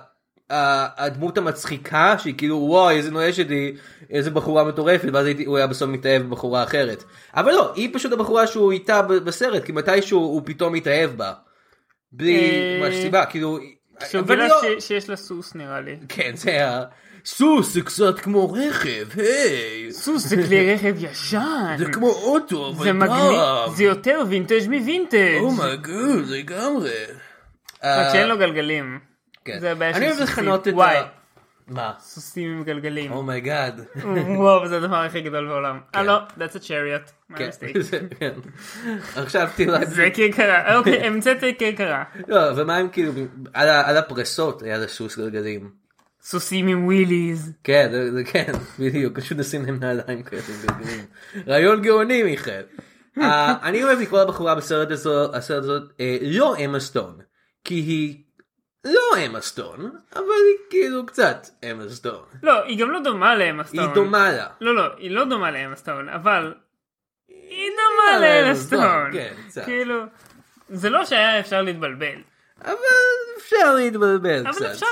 Speaker 2: ה- הדמות המצחיקה שהיא כאילו וואי איזה נואשת היא איזה בחורה מטורפת ואז הייתי, הוא היה בסוף מתאהב בבחורה אחרת אבל לא היא פשוט הבחורה שהוא איתה ב- בסרט כי מתישהו הוא פתאום מתאהב בה. בלי
Speaker 3: אה,
Speaker 2: ממש סיבה כאילו.
Speaker 3: שהוא
Speaker 2: אבל
Speaker 3: גילה
Speaker 2: לא-
Speaker 3: ש- שיש לה סוס נראה לי.
Speaker 2: כן זה ה... סוס זה קצת כמו רכב היי
Speaker 3: סוס זה כלי רכב ישן.
Speaker 2: זה כמו אוטו אבל
Speaker 3: זה מגניב.
Speaker 2: פעם.
Speaker 3: זה יותר וינטג' מווינטג'.
Speaker 2: אומייגוד לגמרי.
Speaker 3: רק שאין לו גלגלים.
Speaker 2: כן.
Speaker 3: זה הבעיה
Speaker 2: אני
Speaker 3: של
Speaker 2: אוהב
Speaker 3: סוסים.
Speaker 2: לכנות את
Speaker 3: וואי.
Speaker 2: ה... מה?
Speaker 3: סוסים עם גלגלים.
Speaker 2: Oh אומייגאד.
Speaker 3: וואו זה הדבר הכי גדול בעולם. אה לא, that's a chariot. My
Speaker 2: כן,
Speaker 3: mistake.
Speaker 2: זה- כן. עכשיו תראה,
Speaker 3: זה כרכרה. אוקיי, המצאתי כרכרה.
Speaker 2: לא, ומה הם כאילו, על ה- על הפרסות היה לסוס גלגלים.
Speaker 3: סוסים עם וויליז.
Speaker 2: כן, זה זה כן, בדיוק, פשוט נשים להם נעליים כאלה עם גלגלים. רעיון גאוני מיכאל. אה, אני אוהב לקרוא לבחורה בסרט הזו- הסרט הזאת, אה, לא אמה סטון, כי היא לא אמה סטון, אבל היא כאילו קצת אמה סטון.
Speaker 3: לא, היא גם לא דומה לאמה סטון.
Speaker 2: היא דומה לה.
Speaker 3: לא, לא, היא לא דומה לאמה סטון, אבל...
Speaker 2: אה,
Speaker 3: היא דומה לאמה סטון.
Speaker 2: כן, קצת.
Speaker 3: כאילו... זה לא שהיה אפשר להתבלבל.
Speaker 2: אבל אפשר להתבלבל קצת.
Speaker 3: אבל אפשר...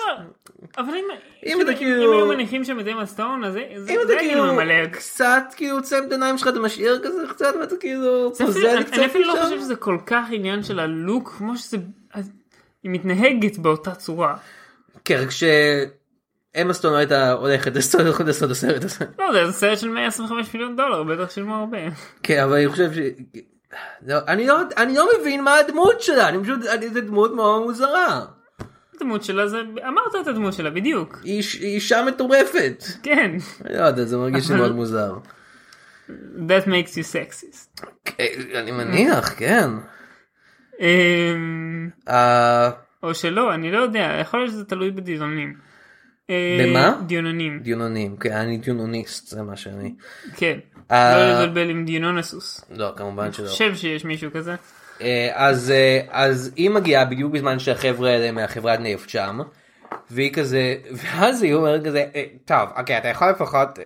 Speaker 3: אבל אם...
Speaker 2: אם אתה כאילו-
Speaker 3: אם היו מניחים שם את אמה סטון, אז זה... זה
Speaker 2: אם אתה
Speaker 3: זה היינו
Speaker 2: כאילו
Speaker 3: ממלא.
Speaker 2: קצת כאילו עוצם את העיניים שלך אתה משאיר כזה קצת ואתה כאילו
Speaker 3: זה אפילו-
Speaker 2: פוזל
Speaker 3: אני-
Speaker 2: קצת
Speaker 3: אני אפילו לא
Speaker 2: משם.
Speaker 3: חושב שזה כל כך עניין של הלוק, כמו שזה... אז- היא מתנהגת באותה צורה.
Speaker 2: כן רק שאמה סטון לא הייתה הולכת לעשות הולכת לעשות את הסרט הזה.
Speaker 3: לא יודע, זה סרט של 125 מיליון דולר, בטח שילמו הרבה.
Speaker 2: כן אבל אני חושב ש... לא, אני לא אני לא מבין מה הדמות שלה אני פשוט אני- זו דמות מאוד מוזרה.
Speaker 3: הדמות שלה זה... אמרת את הדמות שלה, בדיוק.
Speaker 2: היא ש- היא אישה מטורפת.
Speaker 3: כן.
Speaker 2: אני לא יודע זה מרגיש לי
Speaker 3: אבל-
Speaker 2: מאוד מוזר.
Speaker 3: That makes you sexist.
Speaker 2: כן,
Speaker 3: אה,
Speaker 2: אני מניח כן.
Speaker 3: אמ,
Speaker 2: אה,
Speaker 3: או שלא, אני לא יודע, יכול להיות שזה תלוי בדיונונים. אה,
Speaker 2: במה?
Speaker 3: דיונונים,
Speaker 2: דיונונים כן אני דיונוניסט זה מה שאני.
Speaker 3: כן.
Speaker 2: אה.
Speaker 3: לא לזלבל עם דיונון הסוס.
Speaker 2: לא כמובן
Speaker 3: אני
Speaker 2: שלא.
Speaker 3: חושב שיש מישהו כזה.
Speaker 2: אה, אז, אה, אז היא מגיעה בדיוק בזמן שהחבר'ה האלה מהחברת נפט שם, והיא כזה, ואז היא אומרת כזה, "אה, טוב, אוקיי, אתה יכול לפחות...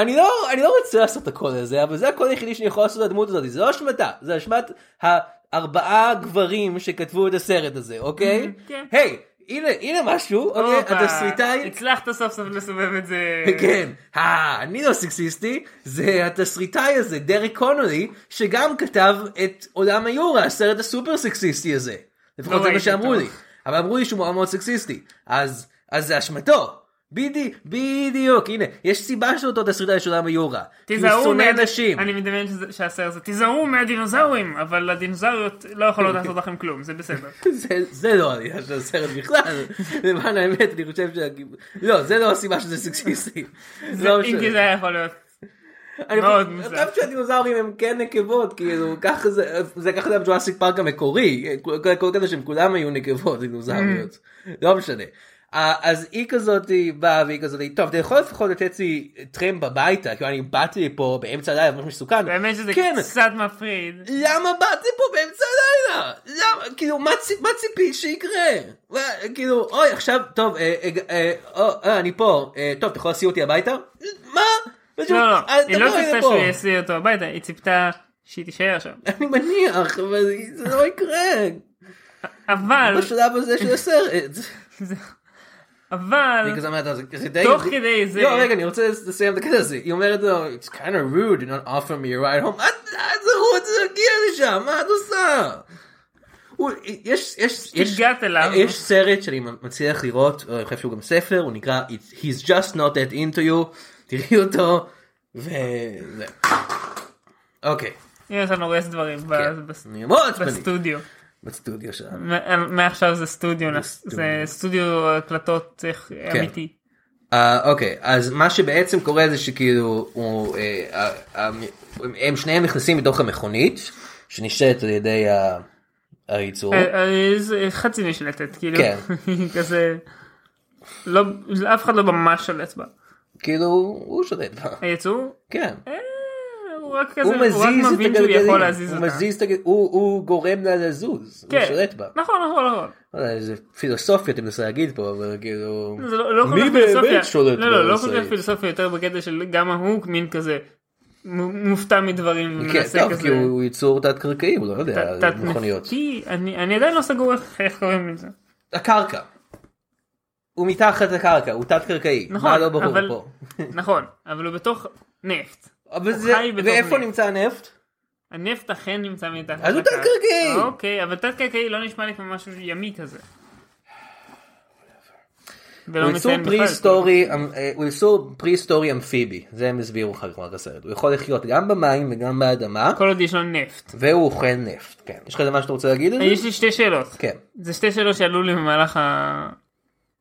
Speaker 2: אני, לא, אני לא רוצה לעשות את הקול הזה, אבל זה הקול היחידי שאני יכול לעשות לדמות הזאת, זה לא אשמתה, זה אשמת הארבעה גברים שכתבו את הסרט הזה, אוקיי?
Speaker 3: כן.
Speaker 2: היי, הנה, הנה משהו, אוקיי,
Speaker 3: הופה,
Speaker 2: התסריטאי...
Speaker 3: הצלחת סוף סוף לסובב את זה.
Speaker 2: כן, אה, אני לא סקסיסטי, זה התסריטאי הזה, דרק קונולי, שגם כתב את עולם היורה, הסרט הסופר סקסיסטי הזה. לפחות
Speaker 3: לא
Speaker 2: זה מה
Speaker 3: ראיתי
Speaker 2: שאמרו
Speaker 3: אותו.
Speaker 2: לי. אבל אמרו לי שהוא מאוד מאוד סקסיסטי. אז, אז זה אשמתו. בדי, בדיוק, הנה, יש סיבה שאותו תסריטאי של עולם היורה. כי הוא
Speaker 3: תיזהרו
Speaker 2: שונא
Speaker 3: מה-
Speaker 2: נשים.
Speaker 3: אני מדמיין שזה- שהסרט הזה, תיזהרו מהדינוזאורים, אבל הדינוזאוריות לא יכולות
Speaker 2: כן.
Speaker 3: לעשות לכם כלום, זה בסדר.
Speaker 2: זה, זה לא העלייה של הסרט בכלל, למען האמת, אני חושב שה... לא, זה לא הסיבה שזה סקסיסטי. לא
Speaker 3: אם
Speaker 2: משנה.
Speaker 3: כי זה היה יכול להיות.
Speaker 2: אני
Speaker 3: מאוד
Speaker 2: חושב-
Speaker 3: מוזר.
Speaker 2: אני חושב שהדינוזאורים הם כן נקבות כאילו ככה זה זה ככה זה היה בג'ואסיק פארק המקורי כל- כל- כל כזה שהם כולם היו נקבות דינוזאוריות
Speaker 3: Mm.
Speaker 2: לא משנה. אה, אז היא כזאת היא באה והיא כזאת היא, טוב אתה יכול לפחות לתת לי טרמפ הביתה כי אני באתי לפה באמצע הלילה ממש מסוכן.
Speaker 3: באמת שזה
Speaker 2: כן,
Speaker 3: קצת מפחיד.
Speaker 2: למה באתי פה באמצע הלילה? למה? כאילו, מה, צי, מה ציפית שיקרה? מה, כאילו, אוי, עכשיו, טוב, אה, אה, אה, אה, אה, אני פה, אה, טוב, אתה יכול להסיע אותי הביתה? מה? ושוב,
Speaker 3: לא, לא,
Speaker 2: אל
Speaker 3: היא לא
Speaker 2: תבואי
Speaker 3: ציפתה
Speaker 2: לפה.
Speaker 3: שהוא יסיע אותו הביתה, היא ציפתה שהיא תישאר שם.
Speaker 2: אני מניח, אבל זה לא יקרה.
Speaker 3: אבל,
Speaker 2: בשלב הזה של הסרט.
Speaker 3: אבל,
Speaker 2: היא כזה אומרת, אז זה די...
Speaker 3: תוך כדי זה-
Speaker 2: לא, רגע, אני רוצה לסיים את הקטע הזה. היא אומרת לו, it's kind of rude, you're not offering me a ride home. את את רוצה להגיע לשם, מה את עושה? הוא- יש, יש, יש,
Speaker 3: הגעת אליו.
Speaker 2: יש סרט שאני מצליח לראות, אני חושב שהוא גם ספר, הוא נקרא "It's- He's just not that into you, תראי אותו, וזה. אוקיי,
Speaker 3: הנה אתה נורס דברים ב-
Speaker 2: כן.
Speaker 3: בס-
Speaker 2: אני מאוד עצבני.
Speaker 3: בסטודיו.
Speaker 2: בסטודיו שלנו.
Speaker 3: מ- מעכשיו זה סטודיו, נס-
Speaker 2: בסטודיו.
Speaker 3: זה סטודיו הקלטות איך-
Speaker 2: כן.
Speaker 3: אמיתי.
Speaker 2: אה, אוקיי אז מה שבעצם קורה זה שכאילו הוא, אה, אה, אה, הם שניהם נכנסים בתוך המכונית שנשתת על ידי ה- הייצור.
Speaker 3: אה, אה, זה חצי נשלטת, כאילו,
Speaker 2: כן.
Speaker 3: כזה, לא, אף אחד לא ממש שולט בה.
Speaker 2: כאילו הוא שולט בה.
Speaker 3: הייצור,
Speaker 2: כן.
Speaker 3: אה, הוא רק כזה,
Speaker 2: הוא
Speaker 3: הוא אה, רק
Speaker 2: מזיז את
Speaker 3: מבין שהוא
Speaker 2: הגלגלים.
Speaker 3: יכול להזיז
Speaker 2: הוא
Speaker 3: אותה.
Speaker 2: מזיז את הגלגלים. הוא הוא גורם לה לזוז. הוא
Speaker 3: כן.
Speaker 2: שולט בה.
Speaker 3: נכון, נכון, נכון.
Speaker 2: לא יודע, איזה פילוסופיה אתה מנסה להגיד פה אבל כאילו.
Speaker 3: זה לא לא כל
Speaker 2: מי
Speaker 3: כך
Speaker 2: באמת
Speaker 3: פילוסופיה,
Speaker 2: שולט
Speaker 3: לא, לא, לא כל
Speaker 2: במשאית?
Speaker 3: כך פילוסופיה, יותר בקטע של גם ההוא מין כזה מ- מופתע מדברים,
Speaker 2: כן,
Speaker 3: ומנסה
Speaker 2: טוב,
Speaker 3: כזה-
Speaker 2: כי הוא הוא ייצור תת קרקעי, הוא לא
Speaker 3: ת-
Speaker 2: יודע,
Speaker 3: תת-
Speaker 2: מכוניות.
Speaker 3: נפתי, אני אני עדיין לא סגור איך- איך קוראים לזה.
Speaker 2: הקרקע. הוא מתחת לקרקע, הוא תת קרקעי.
Speaker 3: נכון,
Speaker 2: מה לא ברור
Speaker 3: אבל-
Speaker 2: פה?
Speaker 3: נכון, אבל הוא בתוך נפט.
Speaker 2: אבל
Speaker 3: הוא
Speaker 2: זה,
Speaker 3: חי בתוך
Speaker 2: ואיפה
Speaker 3: נפט.
Speaker 2: נמצא הנפט?
Speaker 3: הנפט אכן נמצא מתחת.
Speaker 2: אז הוא
Speaker 3: לקרקע.
Speaker 2: תת-קרקעי.
Speaker 3: אוקיי, אבל תת-קרקעי לא נשמע לי כמו משהו ימי כזה. ולא
Speaker 2: הוא יצור
Speaker 3: מציין לא בכלל.
Speaker 2: פרה-היסטורי, אמ, אה, הוא יצור פרה-היסטורי אמפיבי, זה הם הסבירו לך כבר בסרט. הוא יכול לחיות גם במים וגם באדמה,
Speaker 3: כל עוד יש לו נפט.
Speaker 2: והוא אוכל נפט, כן. יש לך איזה מה שאתה רוצה להגיד על
Speaker 3: יש
Speaker 2: זה?
Speaker 3: לי שתי שאלות.
Speaker 2: כן.
Speaker 3: זה שתי שאלות שעלו לי במהלך ה...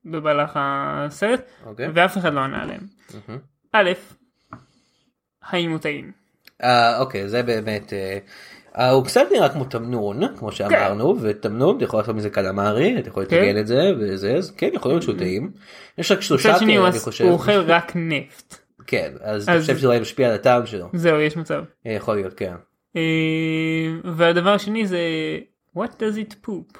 Speaker 3: במהלך הסרט,
Speaker 2: אוקיי. Mm-hmm.
Speaker 3: ואף אחד לא ענה עליהן. א', האם הוא טעים?
Speaker 2: אה, אוקיי, זה באמת... אה, אה, הוא קצת נראה כמו תמנון, כמו שאמרנו, ותמנון, אתה יכול לעשות מזה קלמרי, אתה יכול
Speaker 3: כן. Mm-hmm.
Speaker 2: לתגל את זה, וזה, אז כן, יכול להיות שהוא טעים. יש רק שלושה
Speaker 3: מצד שני
Speaker 2: כאלה,
Speaker 3: הוא
Speaker 2: אני
Speaker 3: עש-
Speaker 2: חושב.
Speaker 3: הוא אוכל רק נפט.
Speaker 2: כן, אז אני
Speaker 3: אז-
Speaker 2: חושב שזה אולי משפיע על הטעם שלו.
Speaker 3: זהו, יש מצב.
Speaker 2: אה, יכול להיות, כן.
Speaker 3: אה, והדבר השני זה what does it poop?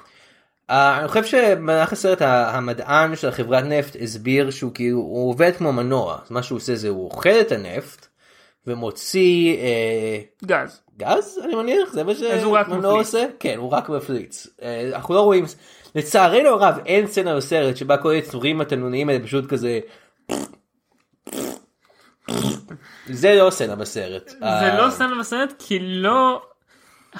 Speaker 2: אה, אני חושב שבמהלך הסרט ה- המדען של החברת נפט הסביר שהוא כאילו הוא עובד כמו מנוע אז מה שהוא עושה זה הוא אוכל את הנפט ומוציא אה,
Speaker 3: גז.
Speaker 2: גז אני מניח זה מה
Speaker 3: אז הוא רק
Speaker 2: שמנוע
Speaker 3: מפליץ.
Speaker 2: עושה כן הוא רק מפליץ אה, אנחנו לא רואים לצערנו הרב אין סצנה בסרט שבה כל היצורים התנוניים האלה פשוט כזה. זה לא סצנה בסרט. אה,
Speaker 3: זה לא סצנה בסרט כי לא...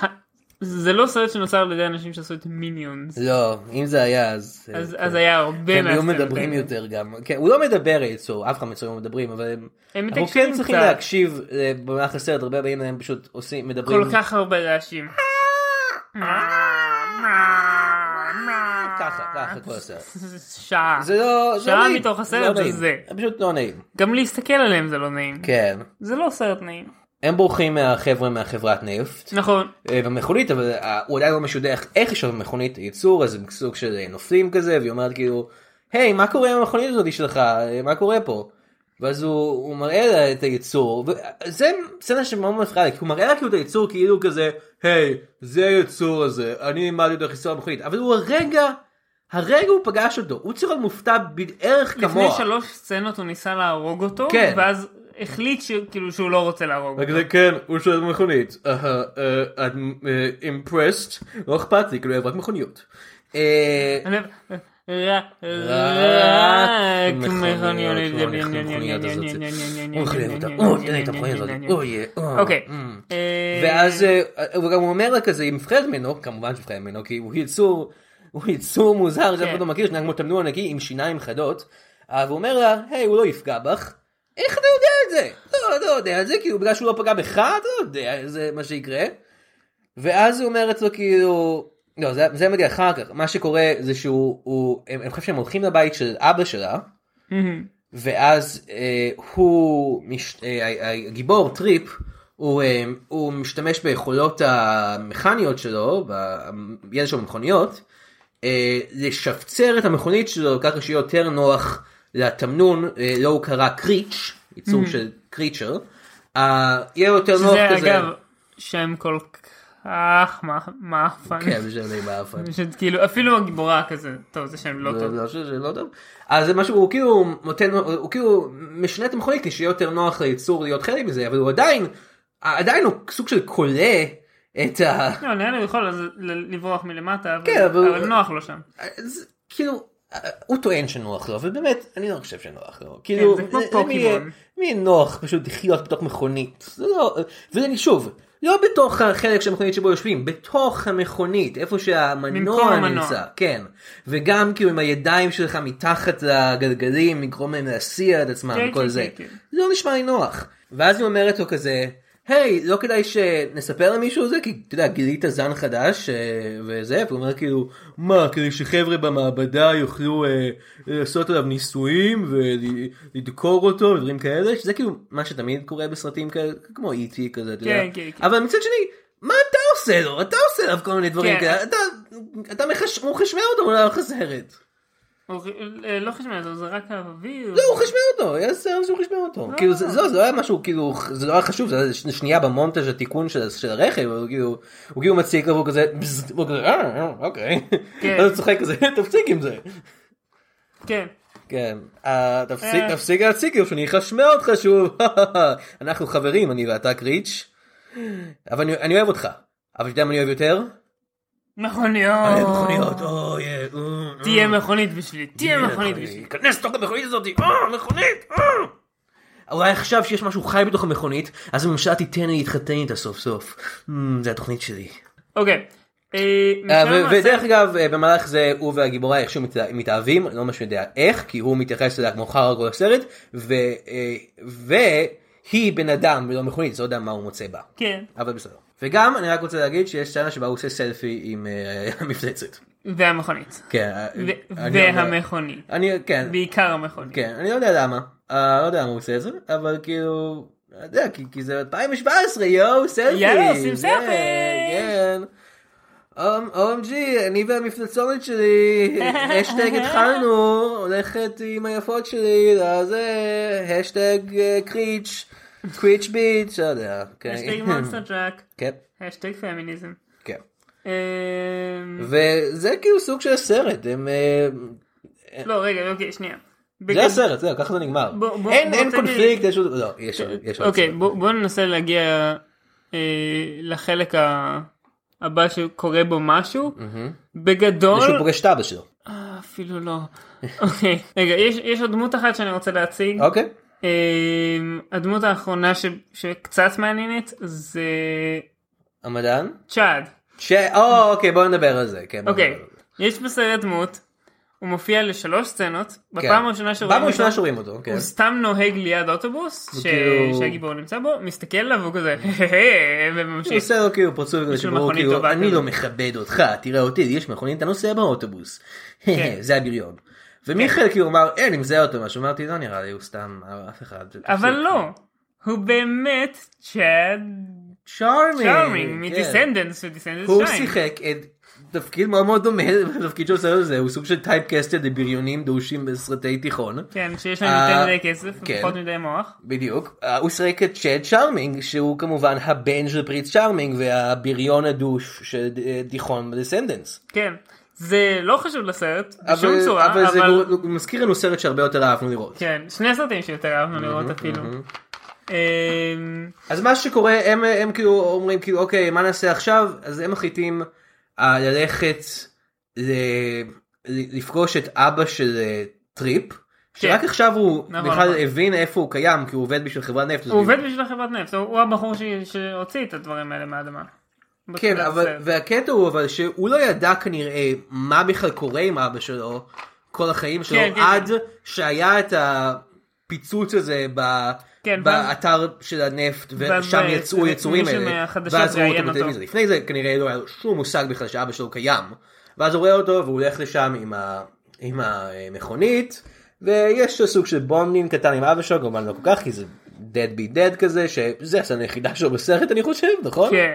Speaker 3: ה- זה לא סרט שנוצר על ידי אנשים שעשו את מיניונס.
Speaker 2: לא אם זה היה אז.
Speaker 3: אז
Speaker 2: אה,
Speaker 3: כן, אז אה, היה הרבה
Speaker 2: הם היו
Speaker 3: מהסצנות
Speaker 2: מדברים
Speaker 3: האלה.
Speaker 2: יותר גם, כן, הוא לא מדבר יצור, אף אחד מהיצורים לא מדברים, אבל הם-
Speaker 3: הם
Speaker 2: אנחנו כן
Speaker 3: מתעקשים
Speaker 2: צריכים
Speaker 3: קצת.
Speaker 2: להקשיב אה, במהלך הסרט, הרבה פעמים הם פשוט עושים, מדברים,
Speaker 3: כל כך הרבה רעשים.
Speaker 2: ככה, ככה כל הסרט.
Speaker 3: שעה.
Speaker 2: זה לא, זה לא
Speaker 3: שעה
Speaker 2: נעים,
Speaker 3: מתוך הסרט
Speaker 2: לא
Speaker 3: זה
Speaker 2: נעים.
Speaker 3: זה.
Speaker 2: הם פשוט לא נעים,
Speaker 3: גם להסתכל עליהם זה לא נעים.
Speaker 2: כן.
Speaker 3: זה לא סרט נעים.
Speaker 2: הם בורחים מהחבר'ה מהחברת נפט,
Speaker 3: נכון.
Speaker 2: אה, במכונית, אבל אה, הוא עדיין לא משודח איך יש לו מכונית ייצור, אז הם סוג של אה, נופלים כזה, והיא אומרת כאילו, היי, מה קורה עם המכונית הזאת שלך? אה, מה קורה פה? ואז הוא, הוא מראה לה את הייצור, וזה סצנה שמאוד מפריעה לי, כי הוא מראה לה כאילו את הייצור כאילו כזה, היי, זה הייצור הזה, אני לימדתי אותו חיסון המכונית, אבל הוא הרגע, הרגע הוא פגש אותו, הוא צריך להיות מופתע בערך כמוה.
Speaker 3: לפני שלוש סצנות הוא ניסה להרוג אותו,
Speaker 2: כן.
Speaker 3: ואז החליט ש- כאילו שהוא לא רוצה להרוג אותו.
Speaker 2: וכזה כן, הוא שואל מכונית, אהה, אה, את אימפרסט, לא אכפת לי, כאילו היא עברת מכוניות. אה,
Speaker 3: אני- ר-
Speaker 2: רק
Speaker 3: רק
Speaker 2: מכוניות,
Speaker 3: מכוניות,
Speaker 2: הוא הולך למכוניות הזאת. הוא הולך למכוניות, הוא הולך למכוניות הזאת, אוי, אה,
Speaker 3: אוקיי.
Speaker 2: אה.
Speaker 3: אה,
Speaker 2: ואז אה, הוא גם אומר לה כזה, היא מפחדת ממנו, כמובן שמפחדת ממנו, כי הוא יצור, הוא יצור מוזר, שאף אחד לא מכיר, שנראה כמו תמנון ענקי עם שיניים חדות, אה, והוא אומר לה, היי, הוא לא יפגע בך. איך אתה יודע את זה? לא, לא יודע את זה, כאילו בגלל שהוא לא פגע בך, אתה לא יודע זה מה שיקרה. ואז היא אומרת לו כאילו, לא, זה, זה מגיע אחר כך, מה שקורה זה שהוא, הוא, הם, אני חושב שהם הולכים לבית של אבא שלה,
Speaker 3: מהמם.
Speaker 2: ואז אה, הוא, מש, אה, ה- ה- הגיבור טריפ, הוא, אה, הוא משתמש ביכולות המכניות שלו, בידע שלו במכוניות, אה, לשפצר את המכונית שלו ככה שיהיה יותר נוח לתמנון, אה, לא הוא קרא קריץ', ייצור של קריצ'ר, אה, יהיה לו יותר נוח
Speaker 3: שזה
Speaker 2: כזה.
Speaker 3: אגב שם כל אך, מה- מה הפאן.
Speaker 2: כן, זה שם די באפן.
Speaker 3: פשוט כאילו, אפילו הגיבורה כזה, טוב, זה שם לא טוב.
Speaker 2: לא חושב שזה לא טוב. אז זה משהו, הוא כאילו נותן, הוא כאילו משנה את המכונית כדי שיהיה יותר נוח ליצור להיות חלק מזה, אבל הוא עדיין, עדיין הוא סוג של כולא את ה...
Speaker 3: לא, נראה לי הוא יכול אז ל- לברוח מלמטה, אבל-
Speaker 2: כן, אבל-
Speaker 3: אבל נוח לו שם.
Speaker 2: אז כאילו הוא טוען שנוח לו אבל באמת אני לא חושב שנוח לו
Speaker 3: כן,
Speaker 2: כאילו
Speaker 3: זה כמו
Speaker 2: זה- זה
Speaker 3: פוקימון.
Speaker 2: מי- מי נוח פשוט לחיות בתוך מכונית זה לא ואני שוב לא בתוך החלק של המכונית שבו יושבים בתוך המכונית איפה
Speaker 3: במקום
Speaker 2: שהמנוע
Speaker 3: המנוע.
Speaker 2: נמצא כן וגם כאילו עם הידיים שלך מתחת לגלגלים לגרום להם להסיע את עצמם
Speaker 3: כן,
Speaker 2: וכל
Speaker 3: כן,
Speaker 2: זה
Speaker 3: כן, כן.
Speaker 2: זה לא נשמע לי נוח ואז היא אומרת לו כזה. היי, לא כדאי שנספר למישהו את זה, כי אתה יודע, גילית זן חדש אה, וזה, והוא אומר כאילו, מה, כדי שחבר'ה במעבדה יוכלו אה, לעשות עליו ניסויים ולדקור אותו ודברים כאלה, שזה כאילו מה שתמיד קורה בסרטים כאלה, כמו איטי כזה, אתה יודע.
Speaker 3: כן, כן, כן.
Speaker 2: אבל מצד שני, מה אתה עושה לו? אתה עושה עליו כל מיני דברים
Speaker 3: כן.
Speaker 2: כאלה, אתה, אתה מחש... הוא חשמל אותו במהלך הסרט.
Speaker 3: הוא- אה, לא חשמל, זה- זה רק האוויר.
Speaker 2: לא, הוא חשמל אותו, היה סרט שהוא חשמל אותו.
Speaker 3: אה.
Speaker 2: כאילו זה לא, זה לא היה משהו, כאילו, זה לא היה חשוב, זה היה ש- שנייה במונטאז' התיקון של של הרכב, אבל כאילו, הוא כאילו מציג לו, והוא כזה, בזז, והוא כזה, "אה, אה, אוקיי.
Speaker 3: כן.
Speaker 2: אז הוא צוחק כזה, תפסיק עם זה.
Speaker 3: כן.
Speaker 2: כן, אה, תפסיק,
Speaker 3: אה.
Speaker 2: תפסיק להציג כאילו שאני אחשמל אותך שוב. אנחנו חברים, אני ואתה קריץ', אבל אני- אני אוהב אותך. אבל אתה יודע מה אני אוהב יותר? אני אוהב
Speaker 3: מכוניות.
Speaker 2: מכוניות, אוי, אה, אה, אה.
Speaker 3: אה. תהיה מכונית בשבילי, תהיה מכונית בשבילי.
Speaker 2: כנס לתוך המכונית הזאת, אה, מכונית, אה. אולי עכשיו שיש משהו חי בתוך המכונית, אז הממשלה תיתן לי להתחתן איתה סוף סוף. Mm, זה התוכנית שלי.
Speaker 3: אוקיי. אה,
Speaker 2: אה,
Speaker 3: משם
Speaker 2: ו-
Speaker 3: המעשה-
Speaker 2: ודרך אגב, אה, במהלך זה הוא והגיבורה איכשהו מת- מתאהבים, אני לא ממש יודע איך, כי הוא מתייחס אליה כמו חרא כל הסרט, ו- אה, והיא בן אדם ולא מכונית, אז לא יודע מה הוא מוצא בה.
Speaker 3: כן.
Speaker 2: אבל בסדר. וגם אני רק רוצה להגיד שיש סצנה שבה הוא עושה סלפי עם אה, המפלצת.
Speaker 3: והמכונית.
Speaker 2: כן. אה,
Speaker 3: ו-
Speaker 2: אני לא יודע-
Speaker 3: והמכונית.
Speaker 2: אני, כן.
Speaker 3: בעיקר המכונית.
Speaker 2: כן, אני לא יודע למה. אה, לא יודע למה הוא עושה את זה, אבל כאילו... אתה יודע, כי, כי זה 2017, יואו, סלפי.
Speaker 3: יאללה, עושים סלפי.
Speaker 2: כן. אמ, אומ- OMG, אני והמפלצונת שלי, השטג התחלנו, הולכת עם היפות שלי, לזה, השטג אה, קריץ', קריץ' ביץ', לא יודע. כן.
Speaker 3: השטג מונסטר טראק.
Speaker 2: כן,
Speaker 3: השטג פמיניזם.
Speaker 2: כן.
Speaker 3: אמ,
Speaker 2: וזה כאילו סוג של סרט, הם... אה,
Speaker 3: לא, רגע, אוקיי, שנייה.
Speaker 2: זה הסרט, זהו, ככה זה נגמר.
Speaker 3: בוא- בוא-
Speaker 2: אין
Speaker 3: בוא
Speaker 2: אין
Speaker 3: תגיד-
Speaker 2: קונפליקט, יש עוד... לא, יש עוד- יש עוד
Speaker 3: אוקיי,
Speaker 2: סרט.
Speaker 3: בוא- בוא ננסה להגיע אה, לחלק ה- הבא שקורה בו משהו.
Speaker 2: זה שהוא
Speaker 3: בגדול,
Speaker 2: פוגש את אבא שלו.
Speaker 3: אה, אפילו לא. אוקיי, רגע, יש- יש עוד דמות אחת שאני רוצה להציג.
Speaker 2: אוקיי.
Speaker 3: אמ, הדמות האחרונה ש- שקצת מעניינת זה
Speaker 2: המדען?
Speaker 3: צ'אד.
Speaker 2: ש... או, אוקיי, בואו נדבר על זה. כן, בואו
Speaker 3: אוקיי,
Speaker 2: נדבר על זה.
Speaker 3: יש בסרט דמות, הוא מופיע לשלוש סצנות,
Speaker 2: כן.
Speaker 3: בפעם הראשונה שרואים
Speaker 2: פעם ראשונה
Speaker 3: אותו,
Speaker 2: שרואים אותו, כן.
Speaker 3: הוא סתם נוהג ליד אוטובוס, ש-
Speaker 2: כאילו-
Speaker 3: שהגיבור נמצא בו, מסתכל עליו והוא כזה, "הא-הא-הא",
Speaker 2: הוא
Speaker 3: וממשיך.
Speaker 2: עושה לו כאילו פרצוף כזה
Speaker 3: יש לו
Speaker 2: שבו
Speaker 3: מכונית
Speaker 2: כאילו,
Speaker 3: טובה
Speaker 2: אני
Speaker 3: כזה.
Speaker 2: לא מכבד אותך, תראה אותי, לי יש מכונית, אתה נוסע באוטובוס.
Speaker 3: כן.
Speaker 2: זה הבריון. ומיכאל כאילו אמר, אין, אני מזהה אותו משהו, אמרתי, לא נראה לי, הוא סתם אף אחד.
Speaker 3: אבל לא, הוא באמת צ'אד
Speaker 2: צ'ארמינג.
Speaker 3: צ'ארמינג
Speaker 2: כן.
Speaker 3: מדיסנדנס ודיסנדנס
Speaker 2: הוא
Speaker 3: 2.
Speaker 2: שיחק את תפקיד מאוד מאוד דומה לתפקיד שהוא עושה לזה, הוא סוג של טייפקסטד לבריונים דרושים בסרטי תיכון.
Speaker 3: כן, שיש להם
Speaker 2: אה,
Speaker 3: יותר מדי כסף
Speaker 2: כן.
Speaker 3: ופחות מדי מוח.
Speaker 2: בדיוק. אה, הוא שיחק את צ'אד צ'ארמינג, שהוא כמובן הבן של פריץ צ'ארמינג והבריון הדוש של אה, דיכון בדסנדנס.
Speaker 3: כן, זה לא חשוב לסרט בשום
Speaker 2: אבל-
Speaker 3: צורה,
Speaker 2: אבל זה לא-
Speaker 3: אבל...
Speaker 2: גור- הוא מזכיר לנו סרט שהרבה יותר אהבנו לראות.
Speaker 3: כן, שני סרטים שיותר אהבנו לראות אפילו. אמ,
Speaker 2: אז מה שקורה, הם הם כאילו אומרים כאילו אוקיי, מה נעשה עכשיו? אז הם מחליטים אה, ללכת ל- ל- לפגוש את אבא של אה, טריפ. שרק
Speaker 3: כן.
Speaker 2: עכשיו הוא
Speaker 3: נכון,
Speaker 2: בכלל
Speaker 3: נכון.
Speaker 2: הבין איפה הוא קיים כי הוא עובד בשביל חברת נפט. אז
Speaker 3: הוא עובד בשביל החברת נפט, הוא הוא הבחור ש- שהוציא את הדברים האלה מהאדמה.
Speaker 2: כן,
Speaker 3: בתחילת
Speaker 2: אבל,
Speaker 3: הסרט.
Speaker 2: והקטע הוא אבל שהוא לא ידע כנראה מה בכלל קורה עם אבא שלו כל החיים שלו,
Speaker 3: כן, כן,
Speaker 2: עד
Speaker 3: כן.
Speaker 2: שהיה את הפיצוץ הזה ב...
Speaker 3: כן, ואז-
Speaker 2: באתר של הנפט,
Speaker 3: ואז
Speaker 2: ושם
Speaker 3: ב-
Speaker 2: יצאו היצורים
Speaker 3: מישהו
Speaker 2: האלה,
Speaker 3: מהחדשות
Speaker 2: ואז ראו
Speaker 3: ראיין
Speaker 2: אותו
Speaker 3: אותו.
Speaker 2: בטלוויזיה. לפני זה כנראה לא היה לו שום מושג בכלל שאבא שלו קיים. ואז הוא רואה אותו והוא הולך לשם עם, ה... עם המכונית, ויש לו סוג של בונדין קטן עם אבא שלו, כמובן לא כל כך, כי זה dead be dead כזה, שזה הסצנה היחידה שלו בסרט אני חושב, נכון?
Speaker 3: כן.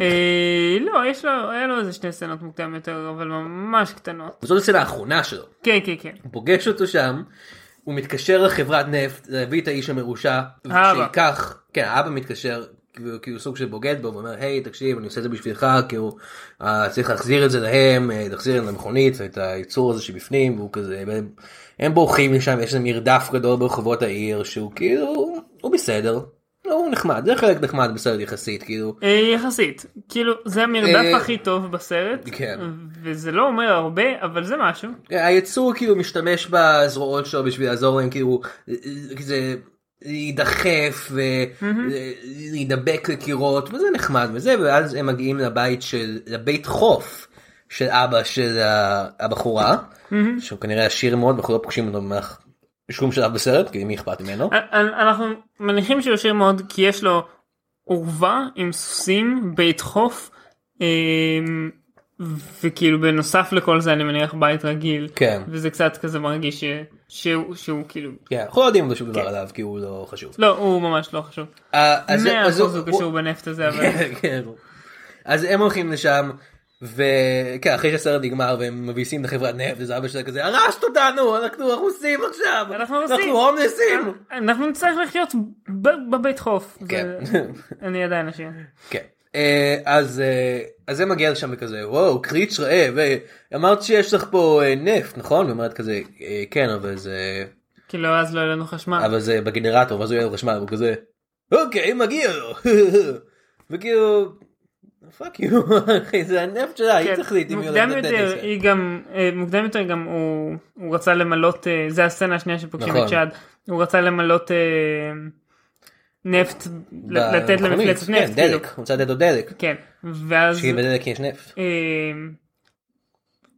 Speaker 3: אה, לא, יש לו, היה לו איזה שתי סצנות מוקדם יותר, אבל ממש קטנות.
Speaker 2: זאת הסצנה האחרונה שלו.
Speaker 3: כן, כן, כן.
Speaker 2: הוא פוגש אותו שם, הוא מתקשר לחברת נפט להביא את האיש המרושע,
Speaker 3: האבא.
Speaker 2: שייקח, כן האבא מתקשר כאילו, כאילו סוג של בוגד בו ואומר היי תקשיב אני עושה את זה בשבילך כאילו אה, צריך להחזיר את זה להם אה, תחזיר את זה למכונית את הייצור הזה שבפנים והוא כזה והם- הם בורחים משם יש איזה מרדף גדול ברחובות העיר שהוא כאילו הוא בסדר לא, הוא נחמד זה חלק נחמד בסרט יחסית כאילו
Speaker 3: אה, יחסית. כאילו, זה
Speaker 2: אה,
Speaker 3: המרדף הכי טוב בסרט.
Speaker 2: כן.
Speaker 3: וזה לא אומר הרבה, אבל זה משהו.
Speaker 2: היצור כאילו משתמש בזרועות שלו בשביל לעזור להם כאילו זה להידחף ולהידבק לקירות וזה נחמד וזה ואז הם מגיעים לבית של לבית חוף של אבא של ה- הבחורה שהוא כנראה עשיר מאוד ואנחנו לא פוגשים אותו במהלך שום שלב בסרט כי למי אכפת ממנו.
Speaker 3: אנ- אנ- אנחנו מניחים שהוא עשיר מאוד כי יש לו אורווה עם סוסים, בית חוף, אמ, וכאילו בנוסף לכל זה אני מניח בית רגיל.
Speaker 2: כן.
Speaker 3: וזה קצת כזה מרגיש ש- שהוא שהוא כאילו...
Speaker 2: כן, אנחנו לא יודעים אותו שום דבר עליו כי הוא לא חשוב.
Speaker 3: לא, הוא ממש לא חשוב.
Speaker 2: אה, אז-
Speaker 3: מאה
Speaker 2: אז
Speaker 3: אחוז הוא קשור בנפט הזה, אבל...
Speaker 2: כן. אז הם הולכים לשם וכן אחרי שהסרט נגמר והם מביסים את החברת נפט אז אבא שלה כזה הרסת אותנו אנחנו הרוסים עכשיו
Speaker 3: אנחנו הרוסים." אה?
Speaker 2: אנחנו הומלסים.
Speaker 3: אנחנו נצטרך לחיות ב- בבית חוף.
Speaker 2: כן.
Speaker 3: זה- אני עדיין אשיר.
Speaker 2: כן. אה, אז אה, אז זה מגיע לשם וכזה וואו קריץ' רעב אה, אמרת שיש לך פה אה, נפט נכון ואומרת כזה "אה, כן אבל זה
Speaker 3: כאילו אז לא היה לנו חשמל.
Speaker 2: אבל זה בגנרטור ואז הוא יהיה לו חשמל והוא כזה אוקיי מגיע לו וכאילו. פאק יו, אחי, זה הנפט שלה, היא
Speaker 3: כן,
Speaker 2: תחליט אם היא
Speaker 3: מוקדם
Speaker 2: הולכת לתת את
Speaker 3: יותר
Speaker 2: זה.
Speaker 3: היא גם אה, מוקדם יותר גם הוא הוא רצה למלות אה, זה הסצנה השנייה שפוגשים
Speaker 2: נכון.
Speaker 3: את שעד הוא רצה למלות אה, נפט ל- לתת
Speaker 2: במכונית,
Speaker 3: למפלצת נפט
Speaker 2: כן,
Speaker 3: כאילו.
Speaker 2: דלק, הוא רוצה לתת לו דלק.
Speaker 3: כן ואז
Speaker 2: כי בדלק יש נפט.
Speaker 3: אה,